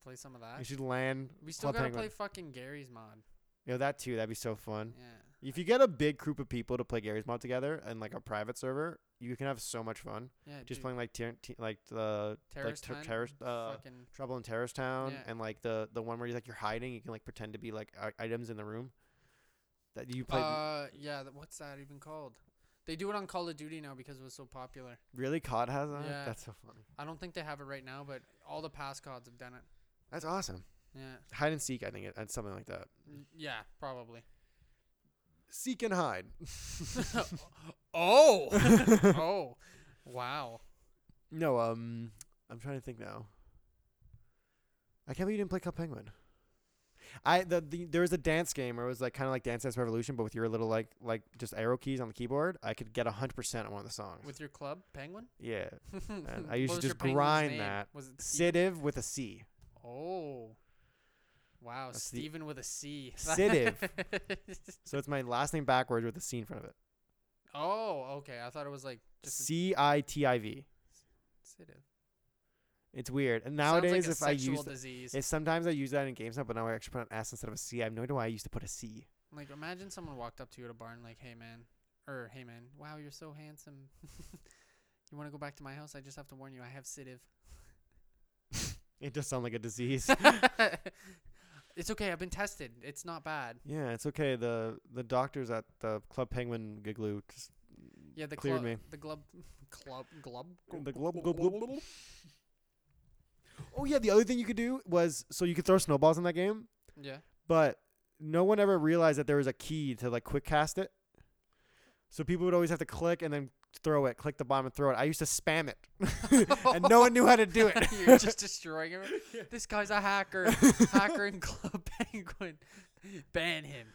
play some of We that. should land. We still Club gotta Penguin. Mm. play fucking Gary's mod. You know that too. That'd be so fun. Yeah. If you get a big group of people to play Gary's Mod together and like a private server, you can have so much fun. Yeah. Just dude. playing like tier, t- like the Terrorist ter- Hunt, terrorist, uh, fucking Trouble in Terrorist Town Yeah. and like the the one where you like you're hiding. You can like pretend to be like i- items in the room. That you played Uh, yeah. th- What's that even called? They do it on Call of Duty now because it was so popular. really? COD has that. yeah. That's so funny. I don't think they have it right now, but all the past CODs have done it. That's awesome. Yeah. Hide and seek. I think it, it's something like that. N- Yeah, probably. Seek and hide. oh. oh. Wow. No, um, I'm trying to think now. I can't believe you didn't play Club Penguin. I the, the there was a dance game where it was like kind of like Dance Dance Revolution, but with your little like like just arrow keys on the keyboard, I could get hundred percent on one of the songs. With your club, Penguin? yeah, I What used to was your just penguin's grind name? that. Was it Steve- Sidiv with a C. Oh. Wow, That's the- Steven with a C. Sidiv. So it's my last name backwards with a C in front of it. oh, okay. I thought it was like just a C I T I V. Sidiv. It's weird. And Sounds like nowadays, a if I sexual use, disease. it's sometimes I use that in games now, but now I actually put an S instead of a C. I have no idea why I used to put a C. Like imagine someone walked up to you at a bar and like, "Hey man," or "Hey man, wow, you're so handsome. you want to go back to my house? I just have to warn you, I have Sidiv." It does sound like a disease. it's okay. I've been tested. It's not bad. Yeah, it's okay. The the doctors at the Club Penguin Gigloo just Yeah, the Cleared club, me. the glub, club, glub. the glub, glub, glub. Oh yeah, the other thing you could do was so you could throw snowballs in that game, Yeah. but no one ever realized that there was a key to like quick cast it. So people would always have to click and then throw it, click the bomb and throw it. I used to spam it, and no one knew how to do it. You're just destroying him. This guy's a hacker. hacker in Club Penguin. Ban him.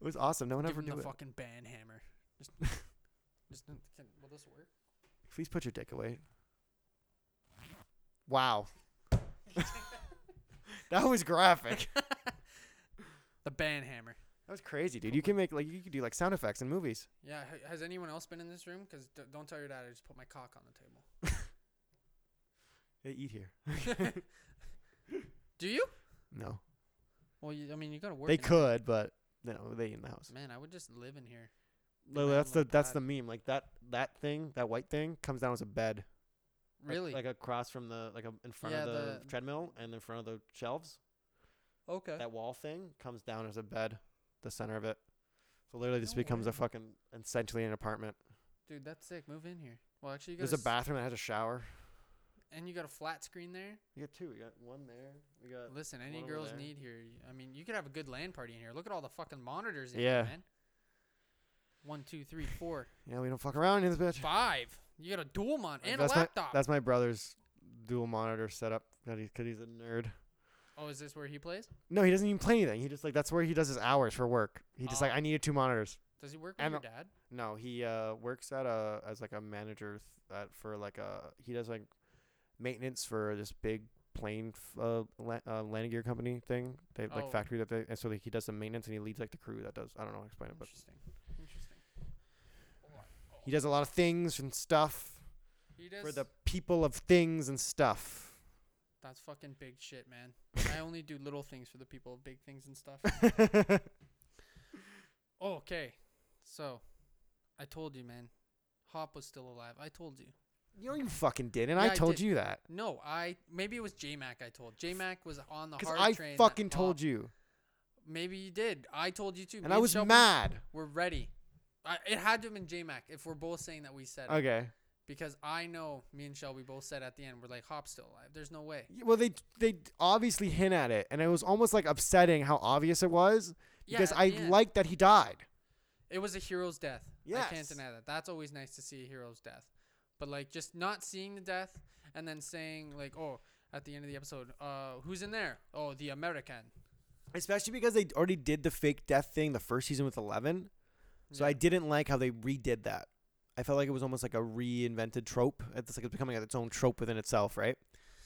It was awesome. No one Give ever him knew the it. fucking ban hammer. Just, just can, will this work? Please put your dick away. Wow, that was graphic. The ban hammer. That was crazy, dude. You can make like you could do like sound effects in movies. Yeah. ha- Has anyone else been in this room? Because d- don't tell your dad. I just put my cock on the table. They eat here. Do you? No, Well, you, I mean, you gotta work. they in it. could, but you know, they eat in the house. Man, I would just live in here. No, man oh that's the like that's the that. meme. Like that that thing, that white thing, comes down as a bed. Like- Really? Like, across from the like a, in front of Yeah, the, the- Uh. treadmill and in front of the shelves. okay. That wall thing comes down as a bed, the center of it. So literally, this No becomes a way. fucking essentially an apartment. Dude, that's sick. Move in here. Well, actually, you got There's a bathroom that has a shower. and you got a flat screen there. You got two. You got one there. We got Listen, any one Uh, over girls there. need here. I mean, you could have a good land party in here. Look at all the fucking monitors in Yeah. here, man. One, two, three, four, yeah. We don't fuck around in this bitch. five. You got a dual mon Like, and that's a My, laptop. that's my brother's dual monitor setup. Cause he- 'cause he's a nerd. oh, is this where he plays? No, he doesn't even play anything. He just like that's where he does his hours for work. He just like Oh. I needed two monitors. Does he work with And your dad? No, he uh works at a as like a manager th- at, for like a he does like maintenance for this big plane f- uh, la- uh landing gear company thing. They have, Oh. like factory that they and so like, he does the maintenance and he leads like the crew that does I don't know how to explain it, but Interesting. Interesting. Oh. he does a lot of things and stuff He does. for the people of things and stuff. that's fucking big shit, man. I only do little things for the people, big things and stuff. okay, so I told you, man. Hop was still alive. I told you. You know you fucking did, and Yeah, I I told did. you that No, I maybe it was J Mac. I told J Mac was on the because hard I train. that fucking Hop- told you, Maybe you did. I told you too. and Me I was Shelby mad. We're ready. I, it had to have been J Mac if we're both saying that we said it Okay. because I know me and Shelby both said at the end we're like Hop's still alive. There's no way. Yeah, Well, they they obviously hint at it, and it was almost like upsetting how obvious it was Yeah, because at I the end. liked that he died. It was a hero's death. I can't Yes. deny that. That's always nice to see a hero's death. But like just not seeing the death and then saying like, oh, at the end of the episode, uh, who's in there? Oh, the American. Especially because they already did the fake death thing the first season with Eleven, so Yeah. I didn't like how they redid that. I felt like it was almost like a reinvented trope. It's like it's becoming its own trope within itself, right?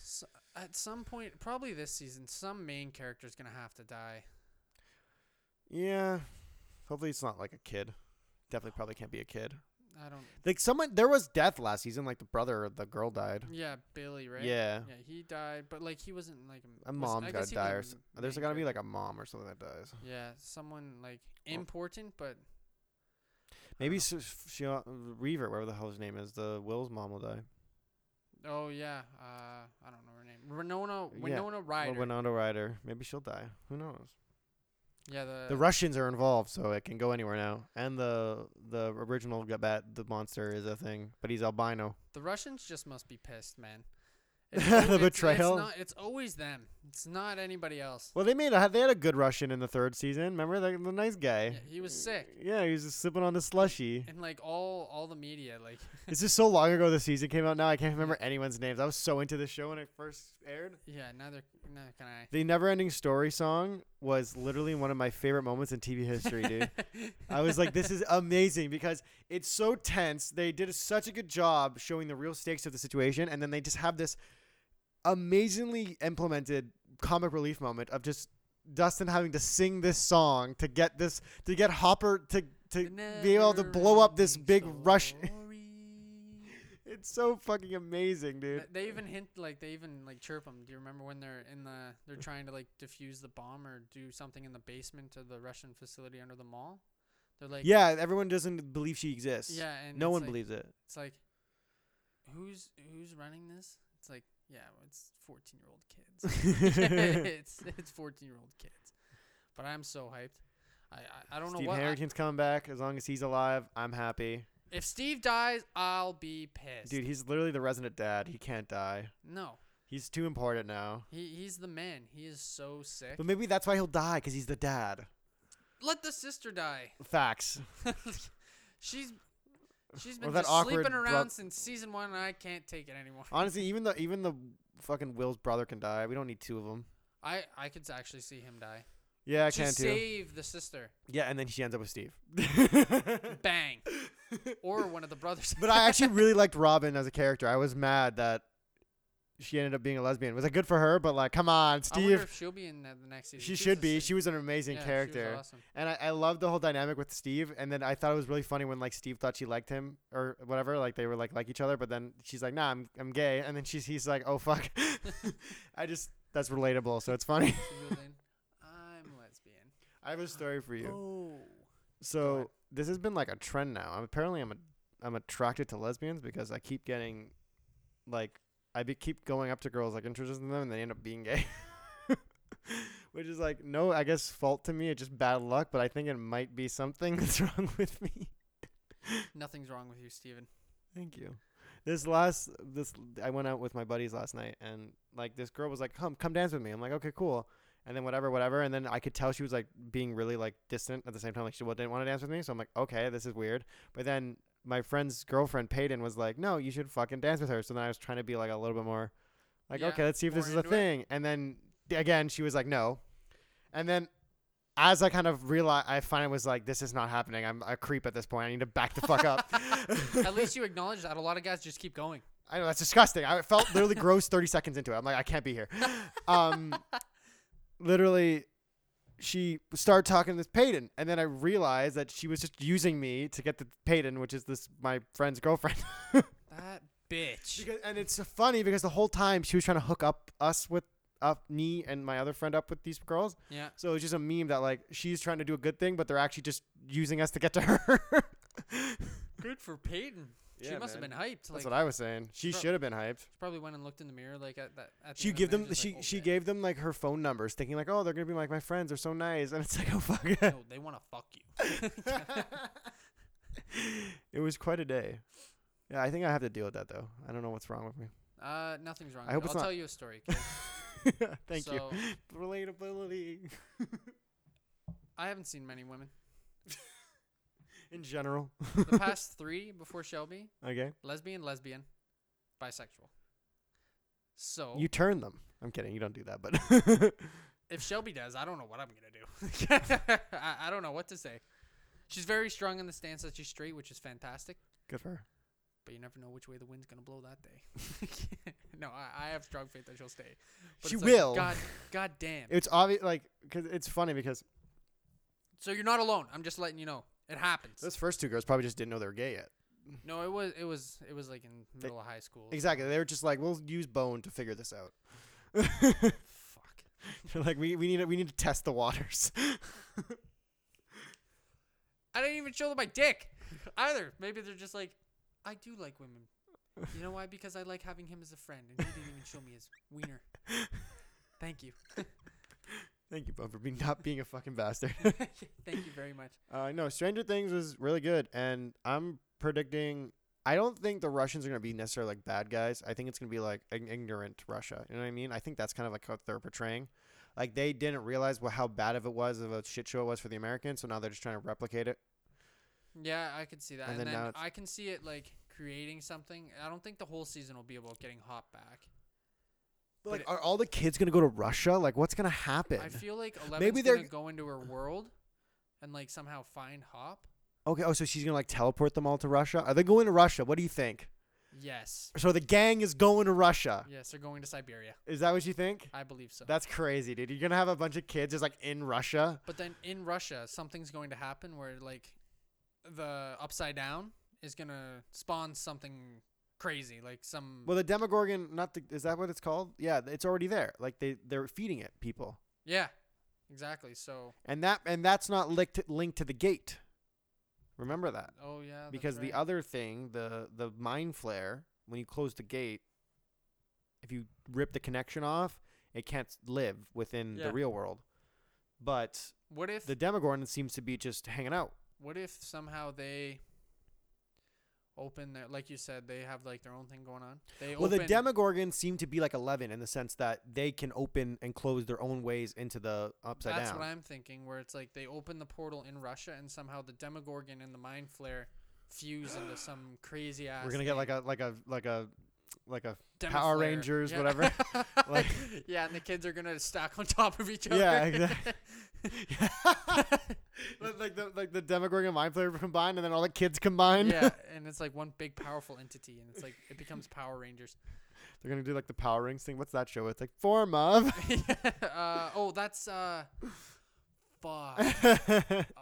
So, at some point, probably this season, some main character's gonna have to die. Yeah. Hopefully it's not like a kid. Definitely probably can't be a kid. I don't. Like someone there was death last season, like the brother or the girl died. Yeah, Billy, right? Yeah. Yeah, he died, but like he wasn't like m- A was- mom's I gotta guess he die was or a so- m- There's main gotta be character. like a mom or something that dies. yeah, someone like Well- important, but Maybe she, she uh, Reaver, whatever the hell his name is, the Will's mom will die. oh yeah, uh, I don't know her name. Winona Yeah, Winona Ryder. Or Winona Ryder. Maybe she'll die. Who knows? yeah, the the Russians are involved, so it can go anywhere now. And the the original Gabat, the monster, is a thing, but he's albino. the Russians just must be pissed, man. The al- betrayal. It's, not, it's always them. It's not anybody else. Well, they made a, they had a good Russian in the third season. Remember the, the nice guy? Yeah, he was sick. Yeah, he was just sipping on the slushy. And like all all the media, like it's just so long ago the season came out. Now I can't remember anyone's names. I was so into the show when it first aired. yeah, neither neither can I. The Never Ending Story song was literally one of my favorite moments in TV history, dude. I was like, this is amazing because it's so tense. They did such a good job showing the real stakes of the situation, and then they just have this amazingly implemented comic relief moment of just Dustin having to sing this song to get this to get Hopper to to be able to blow up this big rush. It's so fucking amazing, dude. They even hint like they even like chirp them. Do you remember when they're in the they're trying to like defuse the bomb or do something in the basement of the Russian facility under the mall? They're like Yeah, everyone doesn't believe she exists. yeah, and no it's one like- believes it. It's like who's who's running this? It's like yeah, well, it's fourteen year old kids. it's it's fourteen year old kids. But I'm so hyped. I I, I don't Steve know what I- Harrington's coming back. As long as he's alive, I'm happy. if Steve dies, I'll be pissed. Dude, he's literally the resident dad. He can't die. No, He's too important now. he he's the man. He is so sick. But maybe that's why he'll die because he's the dad. Let the sister die. Facts. she's she's Or been that just awkward sleeping around bro- since season one, and I can't take it anymore. Honestly, even the even the fucking Will's brother can die. We don't need two of them. I I I could actually see him die. yeah, I to can too. save the sister. Yeah, and then she ends up with Steve. Bang. or one of the brothers. but I actually really liked Robin as a character. I was mad that she ended up being a lesbian. Was that good for her? But like, come on, I wonder Steve. if she'll be in that the next season. She She's should a be. si- She was an amazing yeah, she was character. awesome. And I, I loved the whole dynamic with Steve. And then I thought it was really funny when like Steve thought she liked him or whatever. Like they were like like each other. But then she's like, nah, I'm I'm gay. And then she's he's like, oh fuck. I just that's relatable. So it's funny. She was in, I'm lesbian. I have a story for you. Oh. ahead. So this has been like a trend now. I'm apparently I'm a, I'm attracted to lesbians because I keep getting like I be, keep going up to girls like interested in them and they end up being gay. Which is like no, I guess fault to me. It's just bad luck, but I think it might be something that's wrong with me. Nothing's wrong with you, Steven. Thank you. This last this I went out with my buddies last night and like this girl was like, "Come, come dance with me." I'm like, "Okay, cool." And then whatever, whatever, and then I could tell she was like being really like distant at the same time like she wa- didn't want to dance with me. So I'm like, "Okay, this is weird." But then my friend's girlfriend Peyton was like, "No, you should fucking dance with her." So then I was trying to be like a little bit more like, Yeah, "Okay, let's see if this more is a into it. thing." And then again, she was like, "No." And then as I kind of realized, I finally was like, "This is not happening. I'm a creep at this point. I need to back the fuck up." At least you acknowledge that. A lot of guys just keep going. I know that's disgusting. I felt literally gross 30 seconds into it. I'm like, I can't be here. Um, literally, she started talking to this Peyton, and then I realized that she was just using me to get the Peyton, which is this my friend's girlfriend. That bitch. because, and it's funny because the whole time she was trying to hook up us with up me and my other friend up with these girls. Yeah. So it's just a meme that like she's trying to do a good thing, but they're actually just using us to get to her. Good for Peyton. she Yeah, must have man. been hyped. That's Like, what I was saying. She Bro- should have been hyped. she probably went and looked in the mirror like at that. At the She end of give the night, them just she like, oh, she yeah. gave them like her phone numbers, thinking like, oh, they're gonna be like my friends. They're so nice, and it's like, oh fuck. No, they want to fuck you. it was quite a day. Yeah, I think I have to deal with that though. I don't know what's wrong with me. uh, nothing's wrong. I hope with it. it's I'll not- tell you a story. 'kay? Thank you. so, Relatability I haven't seen many women. in general. The past three before Shelby, Okay, lesbian, lesbian, bisexual. So you turn them. I'm kidding. You don't do that, but if Shelby does, I don't know what I'm gonna do. I, I don't know what to say. She's very strong in the stance that she's straight, which is fantastic. good for her. But but you never know which way the wind's gonna blow that day. no, I, I have strong faith that she'll stay. She it's will. God, God damn. It's obvious, like, cause it's funny because so you're not alone. I'm just letting you know it happens. those first two girls probably just didn't know they were gay yet. no, it was it was it was like in middle of high school. Exactly. They were just like, we'll use bone to figure this out. Fuck. They're like, we, we need to, we need to test the waters. I didn't even show them my dick either. Maybe they're just like, I do like women. You know why? Because I like having him as a friend, and he didn't even show me his wiener. Thank you. Thank you, Bob, for being, not being a fucking bastard. Thank you very much. Uh, no, Stranger Things was really good, and I'm predicting. I don't think the Russians are gonna be necessarily like bad guys. I think it's gonna be like an ignorant Russia. You know what I mean? I think that's kind of like what they're portraying. Like they didn't realize what, how bad of it was of a shit show it was for the Americans, so now they're just trying to replicate it. Yeah, I can see that. And And, then then, now it's- I can see it like creating something. I don't think the whole season will be about getting hot back. But But like, it- are all the kids gonna go to Russia? Like, what's gonna happen? I feel like Eleven's Maybe they're- gonna go into her world and like somehow find Hop. okay, oh, so she's gonna like teleport them all to Russia? Are they going to Russia? What do you think? Yes. So the gang is going to Russia. Yes, they're going to Siberia. Is that what you think? I believe so. That's crazy, dude. You're gonna have a bunch of kids just like in Russia. But then in Russia, something's going to happen where like the upside down is gonna spawn something crazy, like some Well, the Demogorgon, not the, is that what it's called? Yeah, it's already there. Like they they're feeding it people, yeah, exactly. So and that and that's not linked linked to the gate. Remember that oh yeah, that's because the right. other thing, the the mind flare, when you close the gate, if you rip the connection off, it can't live within Yeah. the real world. But what if the Demogorgon seems to be just hanging out. what if somehow they open their like you said they have like their own thing going on. They Well, open, the Demogorgons seem to be like eleven in the sense that they can open and close their own ways into the upside That's down. what I'm thinking. Where it's like they open the portal in Russia and somehow the Demogorgon and the Mind Flare fuse into some crazy ass. We're gonna get like a like a like a like a Demo Power Flare. Rangers, whatever. Like- yeah, and the kids are gonna stack on top of each other. Yeah, exactly. like like the like the Demogorgon and Mind Flayer combined, and then all the kids combined. yeah, and it's like one big powerful entity, and it's like it becomes Power Rangers. They're gonna do like the Power Rings thing. What's that show? It's like form of. uh, oh, that's uh, fuck. Uh,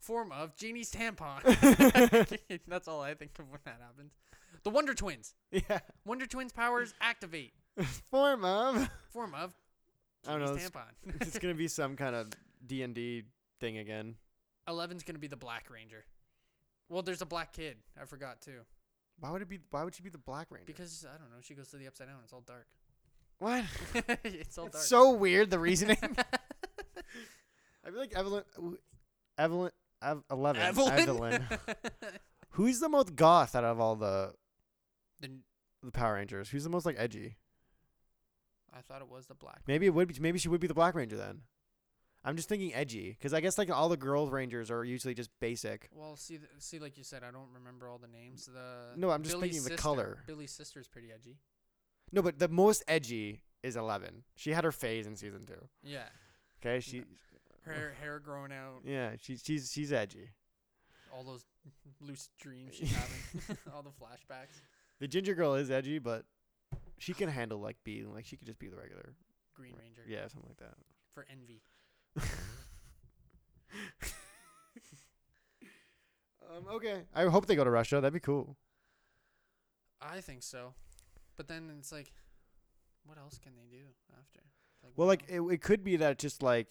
form of Jeannie's tampon. that's all I think of when that happens. The Wonder Twins. yeah, Wonder Twins powers activate. form of. Form of I don't Jeannie's know. It's, tampon. it's gonna be some kind of D and D thing again. Eleven's gonna be the Black Ranger. Well, there's a black kid. I forgot too. Why would it be? Why would she be the Black Ranger? Because I don't know, she goes to the upside down. It's all dark. what? it's all It's dark. so weird. The reasoning. I feel like Evelyn. Evelyn. Ev- Eleven. Evelyn. Who's the most goth out of all the the, n- the Power Rangers? Who's the most like edgy? I thought it was the black. Maybe it would be. Maybe she would be the Black Ranger then. I'm just thinking edgy because I guess like all the girls Rangers are usually just basic. Well, see, th- see, like you said, I don't remember all the names. The No, I'm just Billy's thinking the sister- color. Billy's sister's pretty edgy. No, but the most edgy is Eleven. She had her phase in season two. Yeah, Okay, she her hair growing out, yeah she she's she's edgy. all those loose dreams she's having, all the flashbacks. The ginger girl is edgy, but she can handle like being like she could just be the regular. Green Ranger Yeah, something like that. for envy. Um, okay, I hope they go to Russia. That'd be cool. I think so, but then it's like, what else can they do after? It's Well, like wow. it, it could be that just like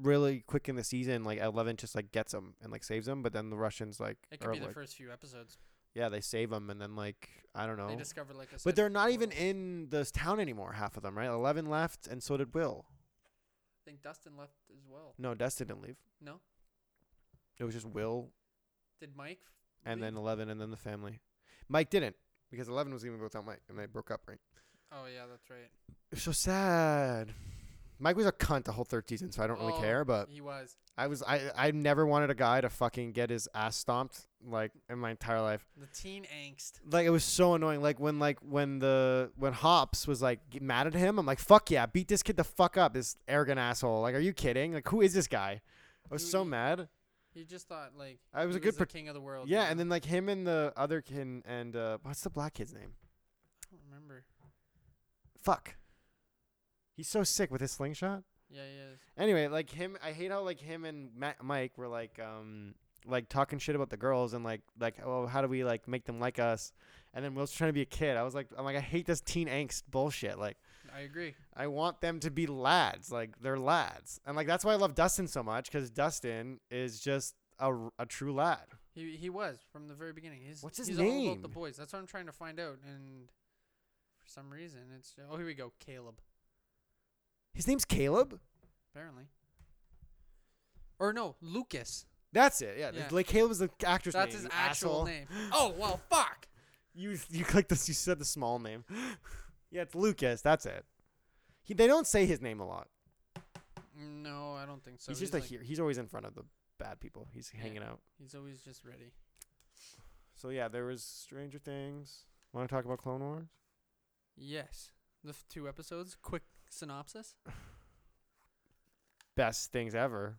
really quick in the season, like Eleven just like gets them and like saves them, but then the Russians like it are, could be the like- first few episodes. yeah they save them and then like I don't know, They discover like I said, but they're not even portals. in this town anymore. Half of them, right? Eleven left, and so did Will. I think Dustin left as well. No, Dustin didn't leave. No, It was just Will did Mike? and leave? then Eleven and then the family. Mike didn't because Eleven was even without Mike, and they broke up, right? oh yeah, that's right. It's so sad. Mike was a cunt the whole third season, so I don't really Oh, care. But He was. I was I I never wanted a guy to fucking get his ass stomped like in my entire life. The teen angst. Like it was so annoying. Like when like when the when Hops was like get mad at him, I'm like fuck yeah, beat this kid the fuck up, this arrogant asshole. Like are you kidding? Like who is this guy? I was so Dude. mad. He just thought like I was he a good the par- king of the world. you Yeah, know? and then like him and the other kid and uh, what's the black kid's name? I don't remember. Fuck. He's so sick with his slingshot. Yeah, yeah. Anyway, like him, I hate how like him and Ma- Mike were like, um, like talking shit about the girls and like, like, oh, how do we like make them like us? And then Will's trying to be a kid. I was like, I'm like, I hate this teen angst bullshit. Like, I agree. I want them to be lads. Like, they're lads, and like that's why I love Dustin so much because Dustin is just a, r- a true lad. He he was from the very beginning. He's, What's his he's All about name? the boys. That's what I'm trying to find out. And for some reason, it's oh here we go. Caleb His name's Caleb. apparently. Or no, Lucas. That's it. Yeah, Yeah. like Caleb is the actor's That's name. his you actual asshole. name. Oh well, fuck. You you clicked this. You said the small name. yeah, it's Lucas. That's it. He, they don't say his name a lot. No, I don't think so. he's just a like, hero. He's always in front of the bad people. He's hanging out. He's always just ready. So yeah, there was Stranger Things. Want to talk about Clone Wars? Yes, the f- two episodes. Quick synopsis. Best things ever.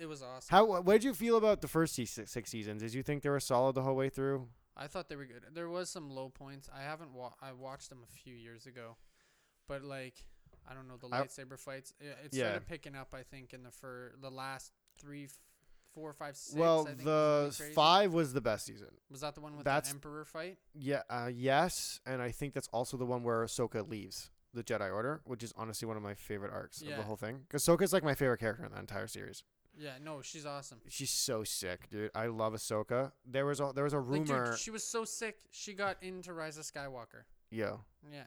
It was awesome. How what did you feel about the first se- six, six seasons? Did you think they were solid the whole way through? I thought they were good. There was some low points. I haven't wa- I watched them a few years ago, but like I don't know the I- lightsaber fights. It, it Yeah. started picking up. I think in the fir- the last three, f- four, five, six. I well, think was really the crazy. five was the best season. was that the one with that's- the emperor fight. Yeah. Uh, yes, and I think that's also the one where Ahsoka leaves the Jedi Order, which is honestly one of my favorite arcs of Yeah. the whole thing. Because Ahsoka's like my favorite character in the entire series. Yeah, no, she's awesome. She's so sick, dude. I love Ahsoka. There was a there was a Like, rumor. dude, she was so sick. She got into Rise of Skywalker. yo, Yeah,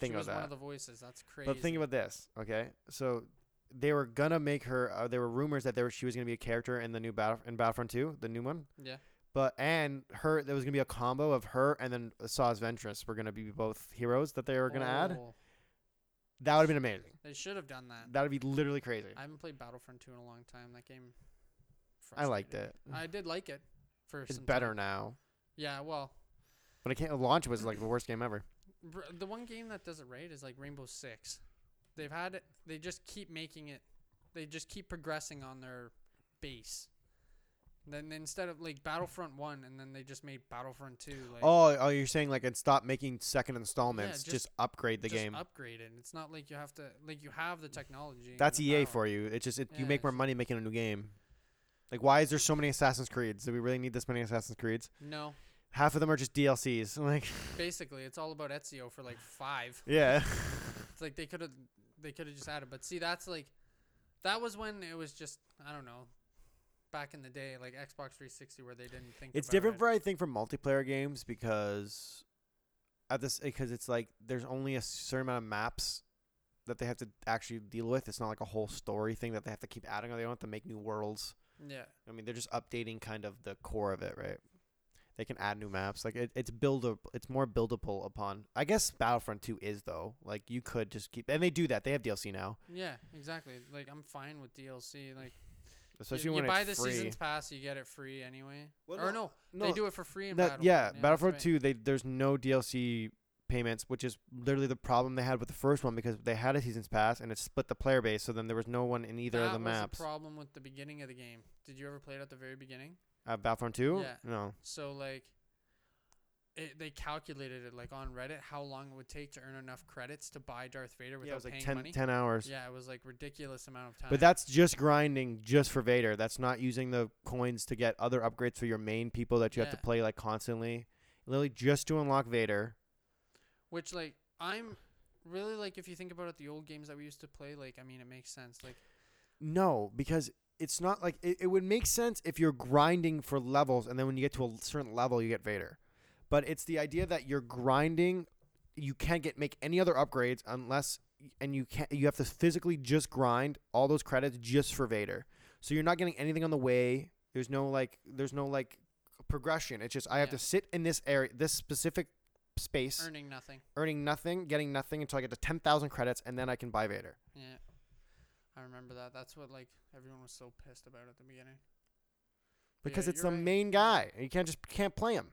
think she about was that. one of the voices. That's crazy. But think about this, okay? So they were gonna make her. Uh, there were rumors that there was, she was gonna be a character in the new battle in Battlefront Two, the new one. yeah, But and her, there was gonna be a combo of her and then Saw's Ventress were gonna be both heroes that they were gonna add. Oh, That would have been amazing. They should have done that. That would be literally crazy. I haven't played Battlefront 2 in a long time. That game. I, liked frustrated. it. I did like it. For It's some better time. now. Yeah, well, But I can't. Launch was like the worst game ever. br- the one game that does it right is like Rainbow Six. They've had it. They just keep making it. They just keep progressing on their base. Then instead of like Battlefront One, and then they just made Battlefront Two. Like, Oh, oh, you're saying like and stop making second installments. just- just, upgrade the just game. upgrade it. It's not like you have to like you have the technology. That's and the EA power. for you. It's just it, you Yes. make more money making a new game. Like, why is there so many Assassin's Creeds? Do we really need this many Assassin's Creeds? No, Half of them are just DLCs. Like, basically, it's all about Ezio for like five. yeah, It's like they could have they could have just added, but see that's like that was when it was just I don't know back in the day like Xbox 360 where they didn't think it's about different it. for I think for multiplayer games because at this because it's like there's only a certain amount of maps that they have to actually deal with. It's not like a whole story thing that they have to keep adding, or they don't have to make new worlds. yeah I mean, they're just updating kind of the core of it, right? They can add new maps. Like it, it's build up, it's more buildable upon. I guess Battlefront 2 is though. Like you could just keep, and they do that. They have DLC now, yeah exactly like I'm fine with DLC like you- especially you, when buy it's the free. seasons pass you get it free anyway Well, or no, no, they no, do it for free in That- Battlefront yeah, that's Battlefront right. 2. They there's no DLC payments, which is literally the problem they had with the first one because they had a seasons pass and it split the player base. So then there was no one in either that of the was maps. the problem with the beginning of the game did you ever play it at the very beginning Uh, Battlefront 2. Yeah. No. So like, it, they calculated it like on Reddit how long it would take to earn enough credits to buy Darth Vader without Yeah, it was like paying 10, money. 10 hours. Yeah, it was like ridiculous amount of time. But that's just grinding just for Vader. That's not using the coins to get other upgrades for your main people that you have Yeah. to play like constantly. Literally just to unlock Vader. which like I'm really like if you think about it, the old games that we used to play, like I mean, it makes sense. Like No, because it's not like it, it would make sense if you're grinding for levels and then when you get to a certain level you get Vader. But it's the idea that you're grinding you can't get make any other upgrades unless and you can't you have to physically just grind all those credits just for Vader. So you're not getting anything on the way. There's no like there's no like progression. It's just I have to Yeah. sit in this area this specific space earning nothing. earning nothing, getting nothing until I get to 10,000 credits and then I can buy Vader. Yeah, I remember that. That's what like everyone was so pissed about at the beginning. But yeah, Because it's you're the right. main guy. You can't just can't play him.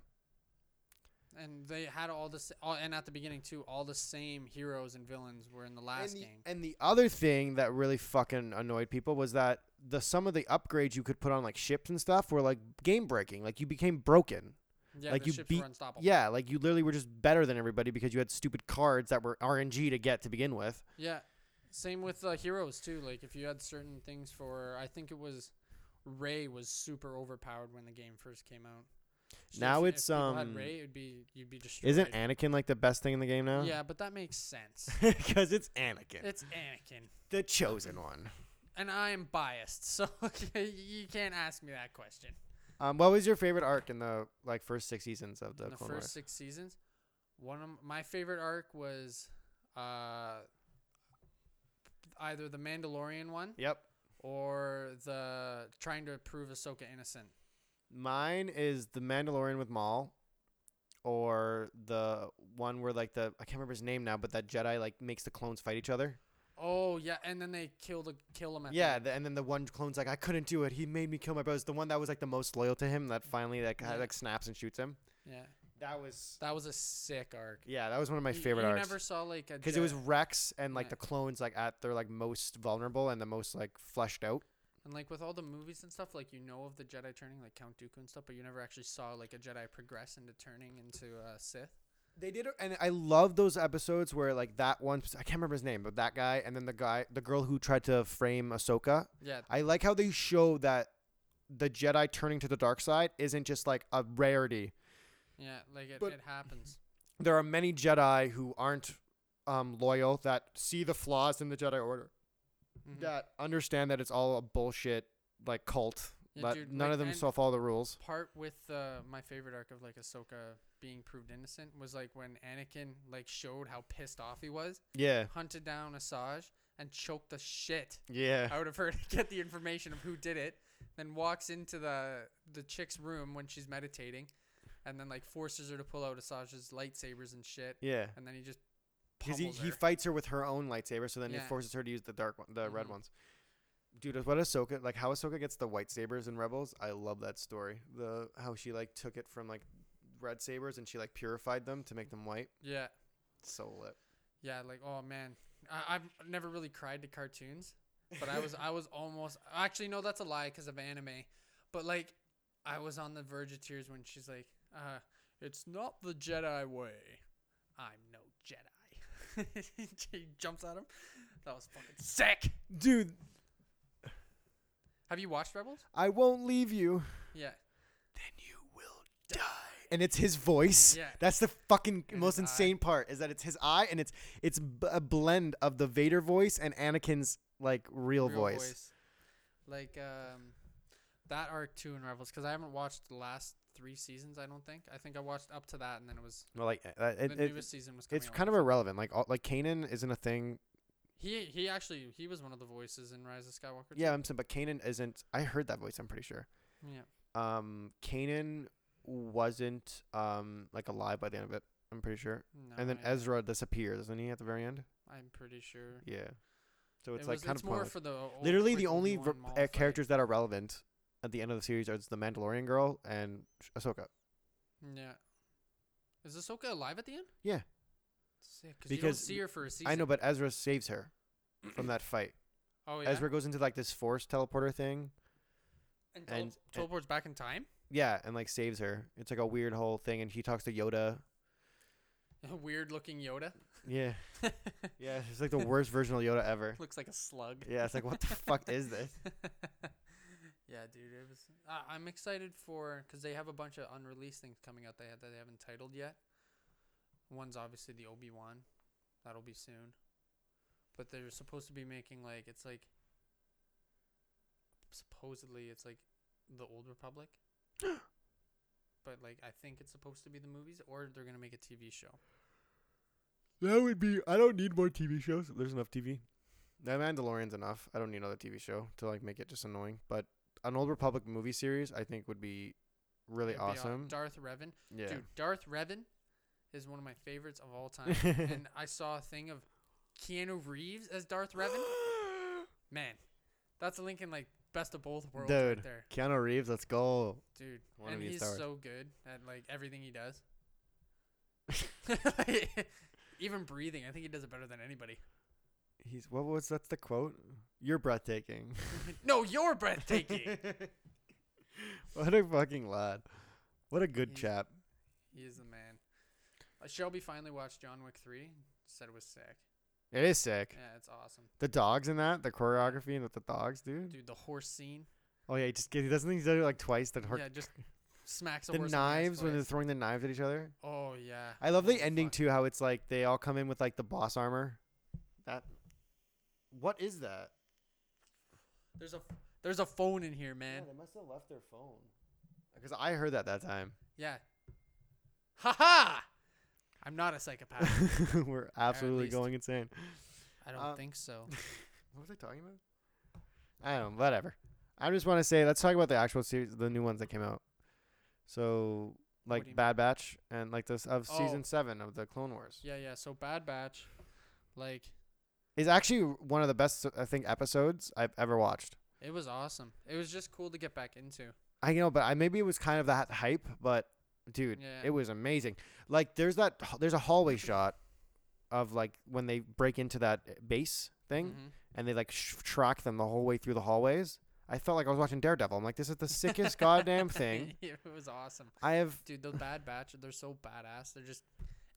And they had all the s- all, and at the beginning too, all the same heroes and villains were in the last and the, game. and the other thing that really fucking annoyed people was that the some of the upgrades you could put on like ships and stuff were like game breaking. Like you became broken. Yeah, Like, the you ships beat- were unstoppable. Yeah, like you literally were just better than everybody because you had stupid cards that were RNG to get to begin with. Yeah. Same with uh, heroes too. Like if you had certain things for, I think it was Ray was super overpowered when the game first came out. So Now if, it's, if people um, had Ray, it'd be you'd be destroyed. Isn't Anakin like the best thing in the game now? Yeah, but that makes sense. Because it's Anakin, it's Anakin, the chosen one. and I am biased, so you can't ask me that question. Um, what was your favorite arc in the like first six seasons of the, In the Clone first Wars? six seasons, one of m- my favorite arc was uh, either the Mandalorian one Yep. or the trying to prove Ahsoka innocent. Mine is the Mandalorian with Maul, or the one where like the I can't remember his name now, but that Jedi like makes the clones fight each other. Oh yeah, and then they kill the kill him. At the Yeah, end. the, and then the one clone's like, I couldn't do it. He made me kill my brothers. The one that was like the most loyal to him, that finally like had, Yeah. like snaps and shoots him. yeah, That was that was a sick arc. yeah, that was one of my You- favorite You arcs. never saw like a because it was Jedi- Rex and like Yeah. the clones like at their like most vulnerable and the most like fleshed out. and like with all the movies and stuff, like you know of the Jedi turning like Count Dooku and stuff, but you never actually saw like a Jedi progress into turning into a Sith. They did, and I love those episodes where like that one I can't remember his name, but that guy and then the guy, the girl who tried to frame Ahsoka. Yeah, I like how they show that the Jedi turning to the dark side isn't just like a rarity. yeah, like it, But- it happens. There are many Jedi who aren't um, loyal that see the flaws in the Jedi Order Mhm. that understand that it's all a bullshit like cult. Yeah, but dude, none like, of them and- still follow the rules. Part with uh, my favorite arc of like Ahsoka being proved innocent was like when Anakin like showed how pissed off he was, Yeah, hunted down Asajj and choked the shit yeah. out of her to get the information of who did it. Then walks into the the chick's room when she's meditating, and then like forces her to pull out Asajj's lightsabers and shit. Yeah. And then he just Because he, pummels he her. fights her with her own lightsaber, so then he Yeah. forces her to use the dark one, the red Mhm. ones. Dude, what Ahsoka like how Ahsoka gets the white sabers in Rebels? I love that story. The how she like took it from like red sabers and she like purified them to make them white. yeah So lit. yeah like oh man I, I've never really cried to cartoons, but I was I was almost actually no that's a lie because of anime, but like I was on the verge of tears when she's like uh it's not the Jedi way, I'm no Jedi. she jumps at him. That was fucking sick. Dude, Have you watched Rebels? I won't leave you. Yeah. Then you will die. And it's his voice. Yeah. That's the fucking And most his eye. insane part is that it's his eye and it's it's b- a blend of the Vader voice and Anakin's like real, voice. Like um, that arc too in Rebels because I haven't watched the last three seasons. I don't think. I think I watched up to that, and then it was Well, like uh, it, the it- newest season was coming. it's kind of irrelevant. Like all, like Kanan isn't a thing. he he actually he was one of the voices in Rise of Skywalker. Yeah, I'm saying, but Kanan isn't. I heard that voice. I'm pretty sure. too. yeah. Um, Kanan wasn't um like alive by the end of it. I'm pretty sure. No, and then I, Ezra disappears, isn't he at the very end? I'm pretty sure. Yeah. So it's It like was- kind it's of more pointless. for the old Literally, quick the only Obi-Wan ver- Maul uh, fight. characters that are relevant at the end of the series are just the Mandalorian girl and Sh- Ahsoka. Yeah. Is Ahsoka alive at the end? Yeah. Sick, because you don't Because see her for a season. I know, but Ezra saves her from that fight. Oh yeah. Ezra goes into like this force teleporter thing. and, tel- and- and- teleports back in time. Yeah, and like saves her. It's like a weird whole thing, and he talks to Yoda. Weird looking Yoda. Yeah. Yeah, it's like the worst version of Yoda ever. Looks like a slug. Yeah, it's like what the fuck is this? yeah, dude, it was. I I'm excited for because they have a bunch of unreleased things coming out they ha- that they haven't titled yet. One's obviously the Obi Wan, that'll be soon. But they're supposed to be making like it's like. Supposedly, it's like the Old Republic. but like, I think it's supposed to be the movies, or they're gonna make a TV show. That would be. I don't need more TV shows. There's enough TV. The Mandalorian's enough. I don't need another TV show to like make it just annoying. But an old Republic movie series, I think, would be really It'd be aw- awesome. Darth Revan. yeah. Dude, Darth Revan is one of my favorites of all time. and I saw a thing of Keanu Reeves as Darth Revan. Man, that's a link in like best of both worlds Dude. right there, Keanu Reeves, let's go. dude. I wanna and be a he's Star Wars. so good at like everything he does. Even breathing, I think he does it better than anybody. He's what was that's the quote? You're breathtaking. no, you're breathtaking. what a fucking lad. What a good He's- chap. he is the man. Uh, Shelby finally watched John Wick 3, said it was sick. It is sick. Yeah, it's awesome. The dogs in that, the choreography and with the dogs, dude. Dude, the horse scene. Oh yeah, he just get- he doesn't think he's done it like twice. That hor- Yeah, just smacks a the horse in knives the when they're ass throwing the knives at each other. twice. Oh yeah. I love Holy the ending fuck. too. How it's like they all come in with like the boss armor. That. What is that? There's a there's a phone in here, man. they must have left their phone. Because I heard that that time. Yeah. Ha ha! I'm not a psychopath. We're absolutely least. going insane. I don't Uh, think so. What was I talking about? I don't know. Whatever. I just want to say, let's talk about the actual series, the new ones that came out. So, do you like mean? Bad Batch and like this of Oh. season seven of the Clone Wars Yeah, yeah. So Bad Batch, like is actually one of the best I think episodes I've ever watched. it was awesome. It was just cool to get back into. I know, but I maybe it was kind of that hype, but dude, Yeah. it was amazing. Like there's that there's a hallway shot of like when they break into that base thing Mhm. and they like sh- track them the whole way through the hallways. I felt like I was watching Daredevil. I'm like, this is the sickest goddamn thing. it was awesome, I have dude. The Bad Batch, they're so badass. They're just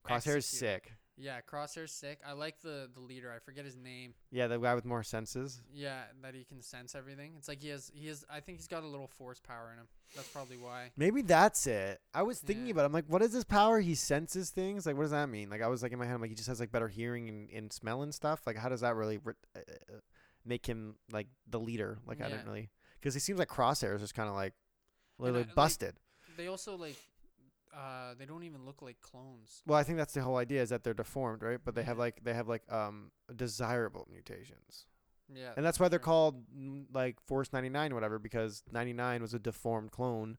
Crosshair's execute. sick. Yeah, Crosshair's sick. I like the the leader. I forget his name. Yeah, the guy with more senses. Yeah, that he can sense everything. It's like he has he has. I think he's got a little force power in him. That's probably why. Maybe that's it. I was thinking Yeah. about. It. I'm like, what is this power? He senses things. Like, what does that mean? Like, I was like in my head, I'm like, he just has like better hearing and, and smell and stuff. Like, how does that really re- uh, uh, make him like the leader? Like, I Yeah. didn't really because he seems like Crosshair is just kind of like And literally I- like- busted. They also like, uh, they don't even look like clones. well, I think that's the whole idea is that they're deformed, right? But they have Yeah. like they have like um desirable mutations, Uh, Yeah, and that's why they're true. called mm, like Force 99 or whatever because 99 was a deformed clone.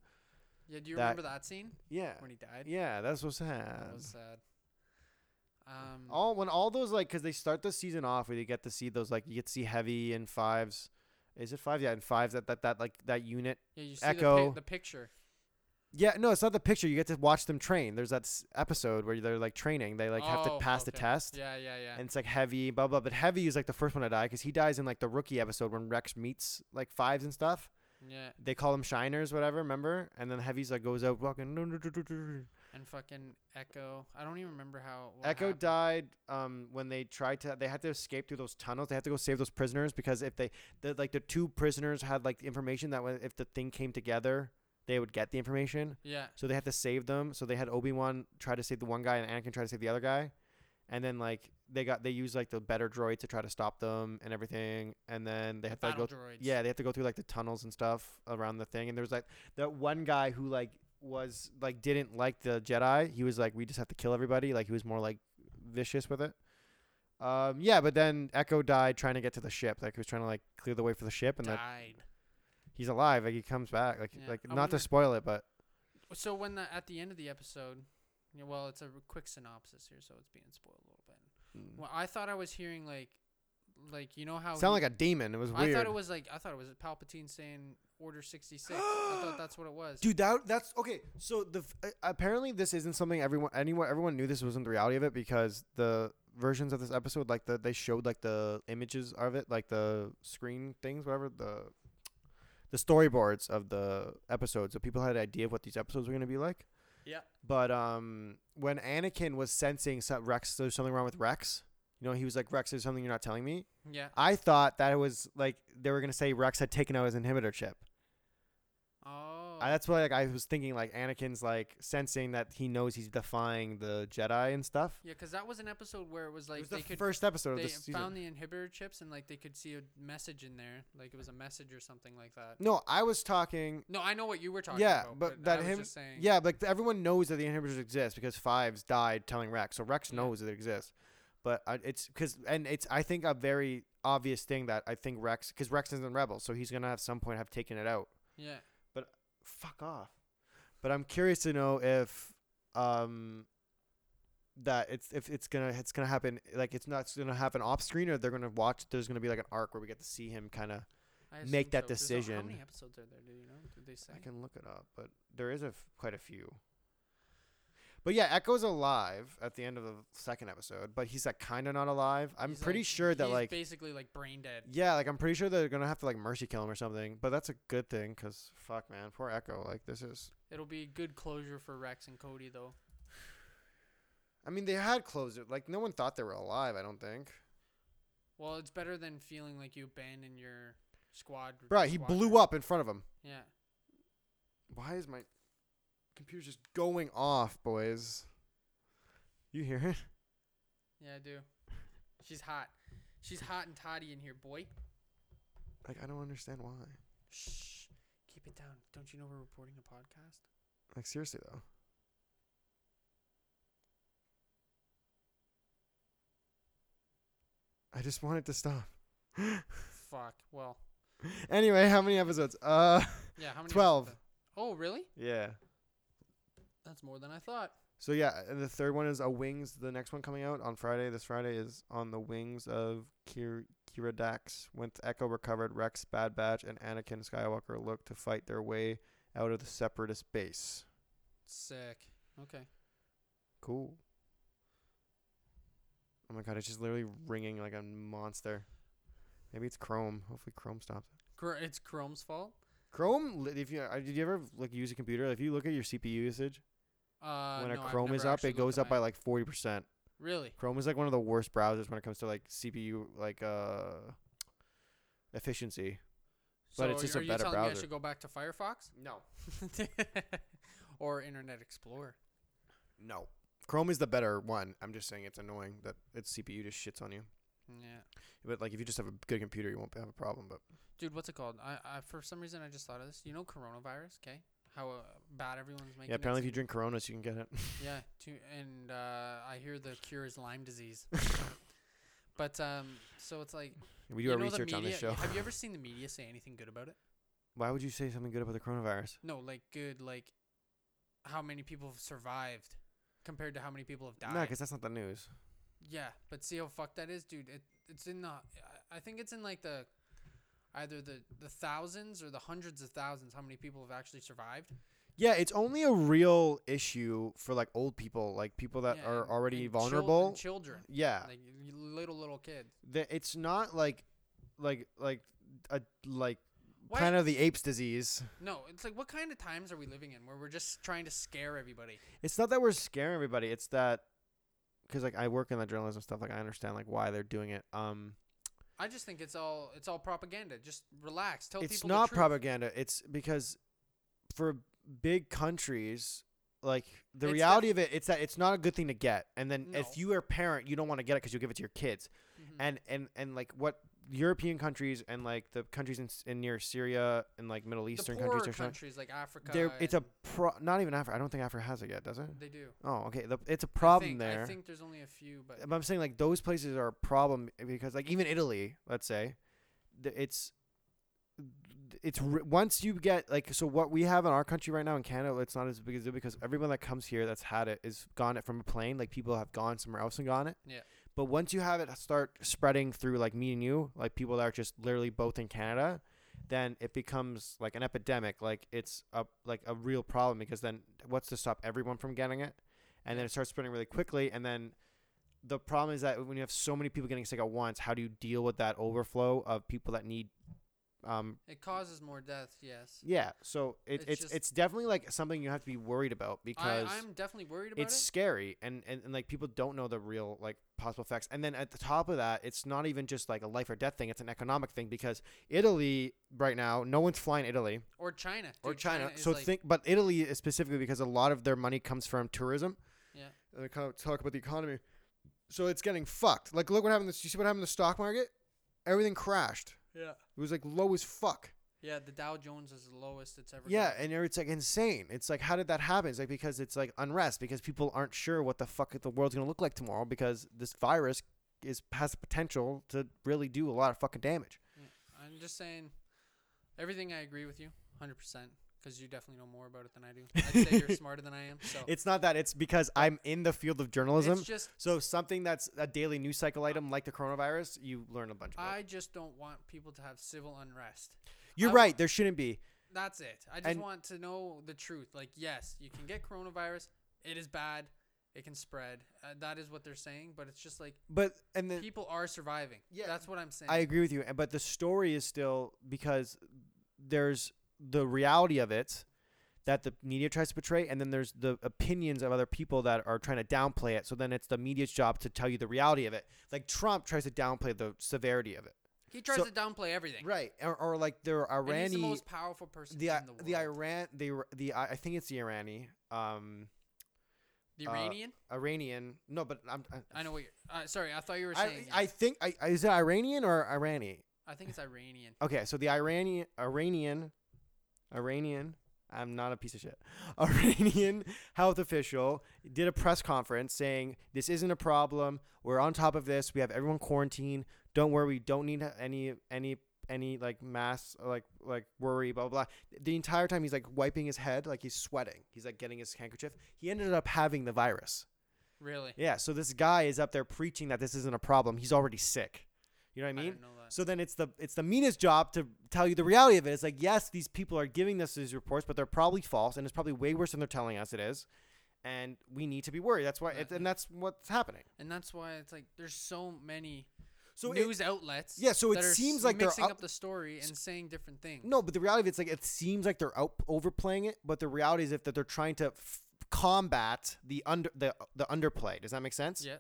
Yeah, do you that- remember that scene Yeah. when he died? Yeah, that's so sad. That was sad. Um, all when all those like because they start the season off where you get to see those like you get to see heavy and fives is it fives yeah and fives that that that like that unit yeah, you see The, Echo. pi- the picture. yeah no it's not the picture you get to watch them train there's that s- episode where they're like training they like have to Oh, pass the okay. test Yeah, yeah, yeah. and it's like heavy blah blah but heavy is like the first one to die because he dies in like the rookie episode when rex meets like fives and stuff yeah, they call him shiners whatever remember and then heavy's like goes out walking and fucking Echo. I don't even remember how. what Echo happened. died um, when they tried to. They had to escape through those tunnels. They had to go save those prisoners because if they, the, like the two prisoners had like the information that when, if the thing came together, they would get the information. Yeah, So they had to save them. So they had Obi Wan try to save the one guy and Anakin try to save the other guy, and then like they got they used like the better droid to try to stop them and everything. And then they the had to go battle droids. yeah, they have to go through like the tunnels and stuff around the thing. And there was like that one guy who like was like didn't like the Jedi. He was like, we just have to kill everybody. Like he was more like vicious with it. Um, yeah, but then Echo died trying to get to the ship. Like he was trying to like clear the way for the ship, and that died. he's alive. Like he comes back. Like Yeah, like I not wonder- to spoil it, but So when the at the end of the episode, yeah, well, it's a r- quick synopsis here, so it's being spoiled a little bit. Well, I thought I was hearing like, like you know how Mm. sound he- like a demon. It was I weird. thought it was like I thought it was Palpatine saying Order sixty six. I thought that's what it was. Dude, that that's okay. So the f- uh, apparently this isn't something everyone anyone everyone knew this wasn't the reality of it because the versions of this episode like the they showed like the images of it like the screen things whatever the the storyboards of the episodes so people had an idea of what these episodes were gonna be like. Yeah. But um, when Anakin was sensing some Rex, there's something wrong with Rex. You know, he was like, Rex, there's something you're not telling me. Yeah. I thought that it was like they were gonna say Rex had taken out his inhibitor chip. Oh. I, that's why like I was thinking like Anakin's like sensing that he knows he's defying the Jedi and stuff. Yeah, 'cause that was an episode where it was like it was they the could first episode of they this season. found the inhibitor chips and like they could see a message in there, like it was a message or something like that. no, I was talking. No, I know what you were talking Yeah, about. but I that was him- just saying, Yeah, but like, everyone knows that the inhibitors exist because Fives died telling Rex, so Rex Yeah. knows that it exists. But uh, it's because and it's I think a very obvious thing that I think Rex because Rex isn't rebel, so he's gonna at some point have taken it out. yeah, fuck off. But I'm curious to know if um that it's if it's gonna it's gonna happen like it's not it's gonna happen off screen or they're gonna watch there's gonna be like an arc where we get to see him kind of I Make that assume so. There's a- How decision. many episodes are there? Do you know? Did they say? I can look it up but there is a f- quite a few But yeah, Echo's alive at the end of the second episode, but he's like kind of not alive. I'm He's, pretty like- sure that he's like basically like brain dead. yeah, like I'm pretty sure they're gonna have to like mercy kill him or something. But that's a good thing, cause fuck, man, poor Echo. Like this is. It'll be good closure for Rex and Cody though. I mean, they had closure. Like no one thought they were alive. I don't think. Well, it's better than feeling like you abandoned your squad. Bruh, he blew up in front of him. Yeah. Why is my computer just going off, boys? You hear it? Yeah, I do. She's hot. She's hot and toddy in here, boy. Like I don't understand why. Shh. Keep it down. Don't you know we're reporting a podcast? Like seriously though. I just want it to stop. Fuck. Well, Anyway, how many episodes? Uh, yeah. How many? is Twelve. the- Oh, really? yeah. That's more than I thought. So yeah, and the third one is a Wings. The next one coming out on Friday. This Friday is on the Wings of Kir- Kira Dax. When Echo recovered, Rex, Bad Batch, and Anakin Skywalker look to fight their way out of the Separatist base. Sick. Okay. Cool. Oh my god, it's just literally ringing like a monster. Maybe it's Chrome. Hopefully, Chrome stops it. Gr- it's Chrome's fault. Chrome. li- If you uh, did you ever like use a computer? If you look at your CPU usage, Uh, when a no, I've Chrome never is up, actually it looked goes at up my- by like forty percent. Really? Chrome is like one of the worst browsers when it comes to like CPU like uh efficiency. so it's just a are you better telling me I browser. should go back to Firefox No. or Internet Explorer? No. Chrome is the better one. I'm just saying it's annoying that its CPU just shits on you. Yeah. But like if you just have a good computer, you won't have a problem. But Dude, what's it called? I, I for some reason I just thought of this. You know coronavirus, okay? How uh, bad everyone's making. yeah, it apparently if you seem. drink Coronas, you can get it. Yeah, too, and uh, I hear the cure is Lyme disease. but um, so it's like we do you our know the research on this media- show. Have you ever seen the media say anything good about it? Why would you say something good about the coronavirus? No, like good, like how many people have survived compared to how many people have No, died. 'cause because that's not the news. Yeah, but see how fucked that is, dude. It it's in the I- I think it's in like the either the the thousands or the hundreds of thousands how many people have actually survived. Yeah, it's only a real issue for like old people, like people that Yeah, are and- already and chil- and vulnerable. children. yeah. Like y- little little kids. that it's not like like like a like Why- Planet of the Apes disease. No, it's like what kind of times are we living in where we're just trying to scare everybody? It's not that we're scaring everybody. It's that because like I work in the journalism stuff. Like I understand like why they're doing it. Um, I just think it's all it's all propaganda. Just relax. Tell it's people not the truth. propaganda. It's because for big countries. Like the It's the- reality of it, it's that it's not a good thing to get, and then No. if you are a parent, you don't want to get it because you'll give it to your kids. Mhm. and and and like what European countries and like the countries in, s- in near Syria and like Middle the Eastern poorer countries or countries, something. like Africa. There, it's a and- pro. Not even Africa. I don't think Africa has it yet, does it? they do Oh, okay. The, it's a I problem think- there. Um, I think there's only a few, but but I'm saying like those places are a problem because like even Italy, let's say, th- it's it's r once you get like so what we have in our country right now in Canada, it's not as big as it because everyone that comes here that's had it is gone it from a plane. Like people have gone somewhere else and gone it. Yeah. But once you have it start spreading through like me and you, like people that are just literally both in Canada, then it becomes like an epidemic. Like it's a like a real problem because then what's to stop everyone from getting it? And then it starts spreading really quickly. And then the problem is that when you have so many people getting sick at once, how do you deal with that overflow of people that need? Um, it causes more deaths. Yes, yeah. So it, It's it's it's, just- definitely like something you have to be worried about I, because I'm definitely worried about it's it. scary and, and and like people don't know the real like possible effects and then at the top of that it's not even just like a life or death thing it's an economic thing because italy right now no one's flying italy Or China. or dude, china, is so like, think but italy is specifically because a lot of their money comes from tourism Yeah. and they kind of talk about the economy so it's getting fucked like look what happened this you see what happened in the stock market everything crashed Yeah. it was like low as fuck Yeah. The Dow Jones is the lowest it's ever. yeah, gone. and it's like insane. It's like how did that happen? It's like because it's like unrest because people aren't sure what the fuck the world's gonna look like tomorrow because this virus is has the potential to really do a lot of fucking damage. I'm just saying, everything I agree with you, hundred percent, because you definitely know more about it than I do. I'd say you're smarter than I am. So It's not that it's because I'm in the field of journalism. it's just so something that's a daily news cycle item like the coronavirus, you learn a bunch. About. Uh, I just don't want people to have civil unrest. You're I- right. There shouldn't be. That's it. I just And- want to know the truth. Like, yes, you can get coronavirus. It is bad. It can spread. Uh, that is what they're saying. But it's just like But and then people are surviving. Uh, Yeah, Yeah, that's what I'm saying. I agree with you, and- but the story is still because there's the reality of it that the media tries to portray, and then there's the opinions of other people that are trying to downplay it. So then it's the media's job to tell you the reality of it. Like Trump tries to downplay the severity of it, he tries so- to downplay everything. right? Or, or like there are And Iranian he's the most powerful person the in the world. the Iran the Ir- the I I think it's the Irani um The uh, Iranian. Iranian no but I'm I, I know what you're. Uh, sorry, I thought you were I, saying. I think I, I- is it Iranian or Irani I think it's Iranian. okay so the Iranian Iranian Iranian I'm not a piece of shit Iranian health official did a press conference saying this isn't a problem we're on top of this we have everyone quarantined don't worry we don't need any any any like mass like like worry blah blah blah the entire time he's like wiping his head like he's sweating he's like getting his handkerchief he ended up having the virus Really. yeah so this guy is up there preaching that this isn't a problem he's already sick you know what i I mean didn't know that. so then it's the it's the media's job to tell you the reality of it it's like yes these people are giving us these reports but they're probably false and it's probably way worse than they're telling us it is and we need to be worried that's why Right. it, and that's what's happening And that's why it's like there's so many so it, news outlets. yeah, so it that are seems s- like they're mixing out- up the story and saying different things. no but the reality of it's like it seems like they're out overplaying it but the reality is if that they're trying to f- combat the under the the underplay does that make sense Yeah.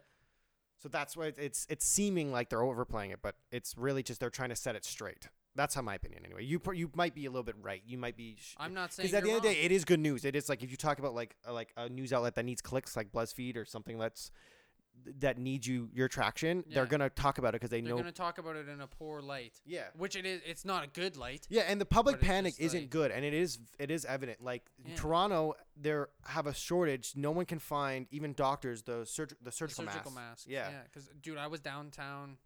So that's why it- it's it's seeming like they're overplaying it, but it's really just they're trying to set it straight. That's how my opinion anyway. You pr- you might be a little bit right. You might be sh- I'm not saying because at the you're end of the day, it is good news. It is like if you talk about like a, like a news outlet that needs clicks, like BuzzFeed or something that's that needs you your traction, they're Yeah. gonna talk about it because they They're know. gonna talk about it in a poor light, yeah. which it is. It's not a good light. Yeah, and the public But it's panic just, isn't like- good, and it is it is evident. Like in Yeah. Toronto, there have a shortage. No one can find even doctors the surg- the The surgical, surgical mask. mask. Yeah. Because dude, I was downtown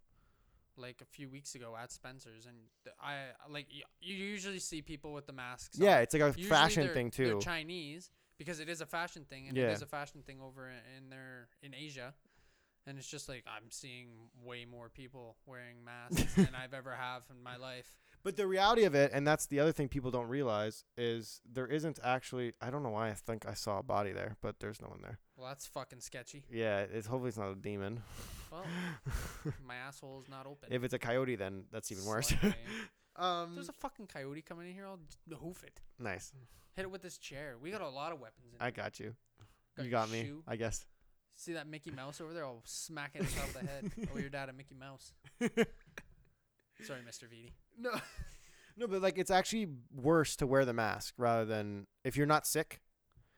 like a few weeks ago at Spencer's, and th- I like y- you usually see people with the masks. Yeah, on. it's like a Usually fashion they're- thing they're too. Chinese because it is a fashion thing, and Yeah. it is a fashion thing over in, in their in Asia. And it's just like I'm seeing way more people wearing masks than I've ever have in my life. But the reality of it, and that's the other thing people don't realize, is there isn't actually. I don't know why I think I saw a body there, but there's no one there. Well, that's fucking sketchy. Yeah, it's hopefully it's not a demon. Well, my asshole is not open. if it's a coyote, then that's even worse. Slut, babe. um, There's a fucking coyote coming in here. I'll d- hoof it. nice. Hit it with this chair. We got a lot of weapons. In I here. got you. you your got me. shoe. I guess. See that Mickey Mouse over there? I'll smack it on top of the head. Oh, your dad a Mickey Mouse. Sorry, Mr. Viti. No. No, but like it's actually worse to wear the mask rather than if you're not sick.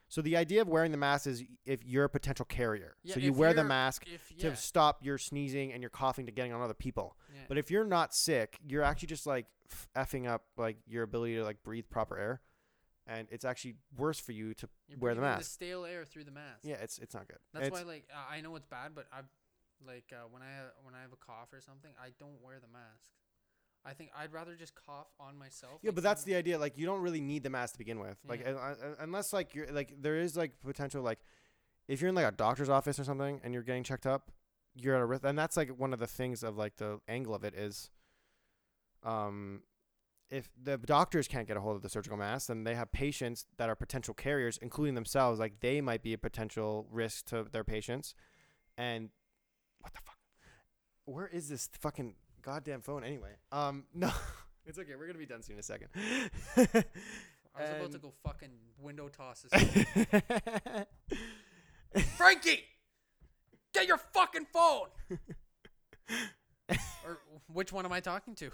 So the idea of wearing the mask is if you're a potential carrier. Yeah, so you if wear the you're- mask If to yeah, stop your sneezing and your coughing to getting on other people. yeah. But if you're not sick, you're actually just like f- effing up like your ability to like breathe proper air, and it's actually worse for you to You're wear the breathing mask. stale air through the mask. yeah, it's it's not good. That's It's- why, like, uh, I know it's bad, but I, like, uh, when I when I have a cough or something, I don't wear the mask. I think I'd rather just cough on myself. yeah, like, but that's someone- the idea. Like you don't really need the mask to begin with. Like Yeah. un- un- unless like you're like there is like potential like if you're in like a doctor's office or something and you're getting checked up, you're at a risk. And that's like one of the things of like the angle of it is, um, if the doctors can't get a hold of the surgical mask, then they have patients that are potential carriers, including themselves. Like they might be a potential risk to their patients. And what the fuck? Where is this fucking goddamn phone anyway? Um, no, it's okay. We're gonna be done soon. In a second. I was about to and- go fucking window toss this. phone. Frankie, get your fucking phone. or which one am I talking to?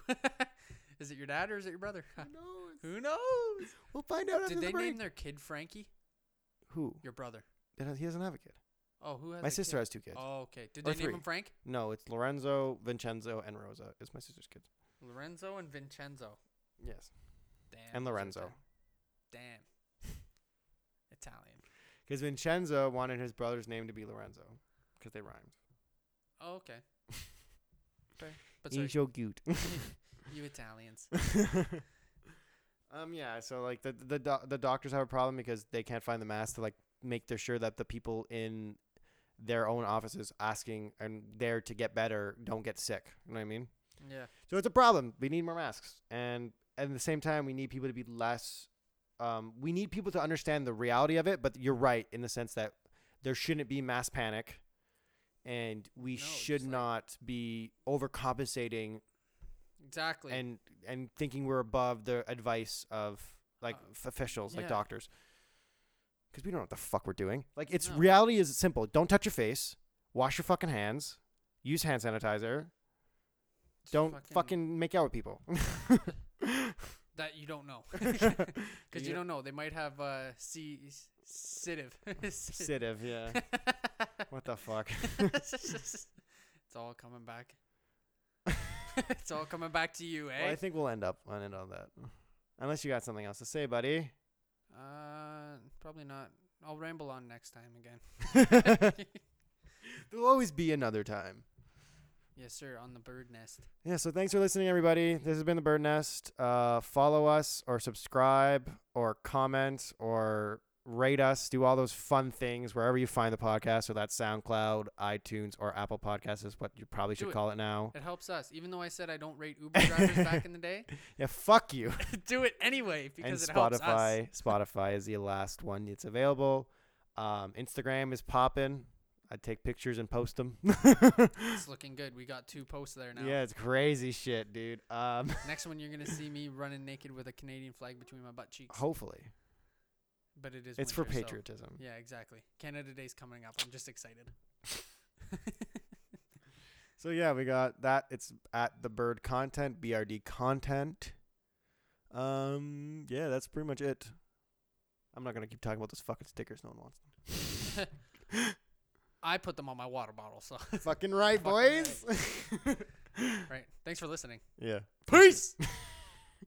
is it your dad or is it your brother? Who knows? We'll find out after Did the they break. name their kid Frankie? Who? Your brother. They don't- He doesn't have a kid. Oh, who has My a kid? sister has two kids. Oh, okay. Did Or they name three. him Frank? No, it's Lorenzo, Vincenzo, and Rosa. It's my sister's kids. Lorenzo and Vincenzo. Yes, Damn. that's and what Lorenzo. that- Damn. Italian. Because Vincenzo wanted his brother's name to be Lorenzo, because they rhymed. Oh, okay. Okay. But sorry, Injo Gut. you Italians. um. Yeah. So like the the doc- the doctors have a problem because they can't find the mask to like make their sure that the people in their own offices asking and there to get better don't get sick. You know what I mean? Yeah. So it's a problem. We need more masks, and at the same time, we need people to be less. Um, we need people to understand the reality of it. But you're right in the sense that there shouldn't be mass panic, and we No, should just like- not be overcompensating Exactly. and and thinking we're above the advice of like Uh, f- officials, like yeah. doctors, because we don't know what the fuck we're doing. Like it's No. reality is simple. Don't touch your face. Wash your fucking hands. Use hand sanitizer. It's Don't fucking, make out with people. that you don't know You because you know- don't know they might have uh C sitive. Sit- Sidiv, yeah. What the fuck? it's all coming back. it's all coming back to you, eh? Well, I think we'll end up on end on that, unless you got something else to say, buddy. uh, probably not. I'll ramble on next time again. There'll always be another time. Yes, sir. On the bird nest. Yeah, so thanks for listening, everybody. This has been the Bird Nest. Uh, follow us or subscribe or comment or rate us. Do all those fun things wherever you find the podcast, or that SoundCloud, iTunes, or Apple Podcasts is what you probably should Do it. call it now. It helps us, even though I said I don't rate Uber drivers back in the day. Yeah, fuck you. Do it anyway and because it helps us. Spotify. Spotify is the last one that's available. Um, Instagram is popping. I take pictures and post them. It's looking good. We got two posts there now. yeah, it's crazy shit, dude. Um, Next one, you're gonna see me running naked with a Canadian flag between my butt cheeks. hopefully, But it is. it's for winter, so- patriotism. Yeah, exactly. Canada Day's coming up. I'm just excited. So yeah, we got that. It's at the bird content, BRD content. Um, yeah, that's pretty much it. I'm not gonna keep talking about those fucking stickers. No one wants them. I put them on my water bottle. So fucking right, Fucking right. boys. right. Thanks for listening. yeah. Peace.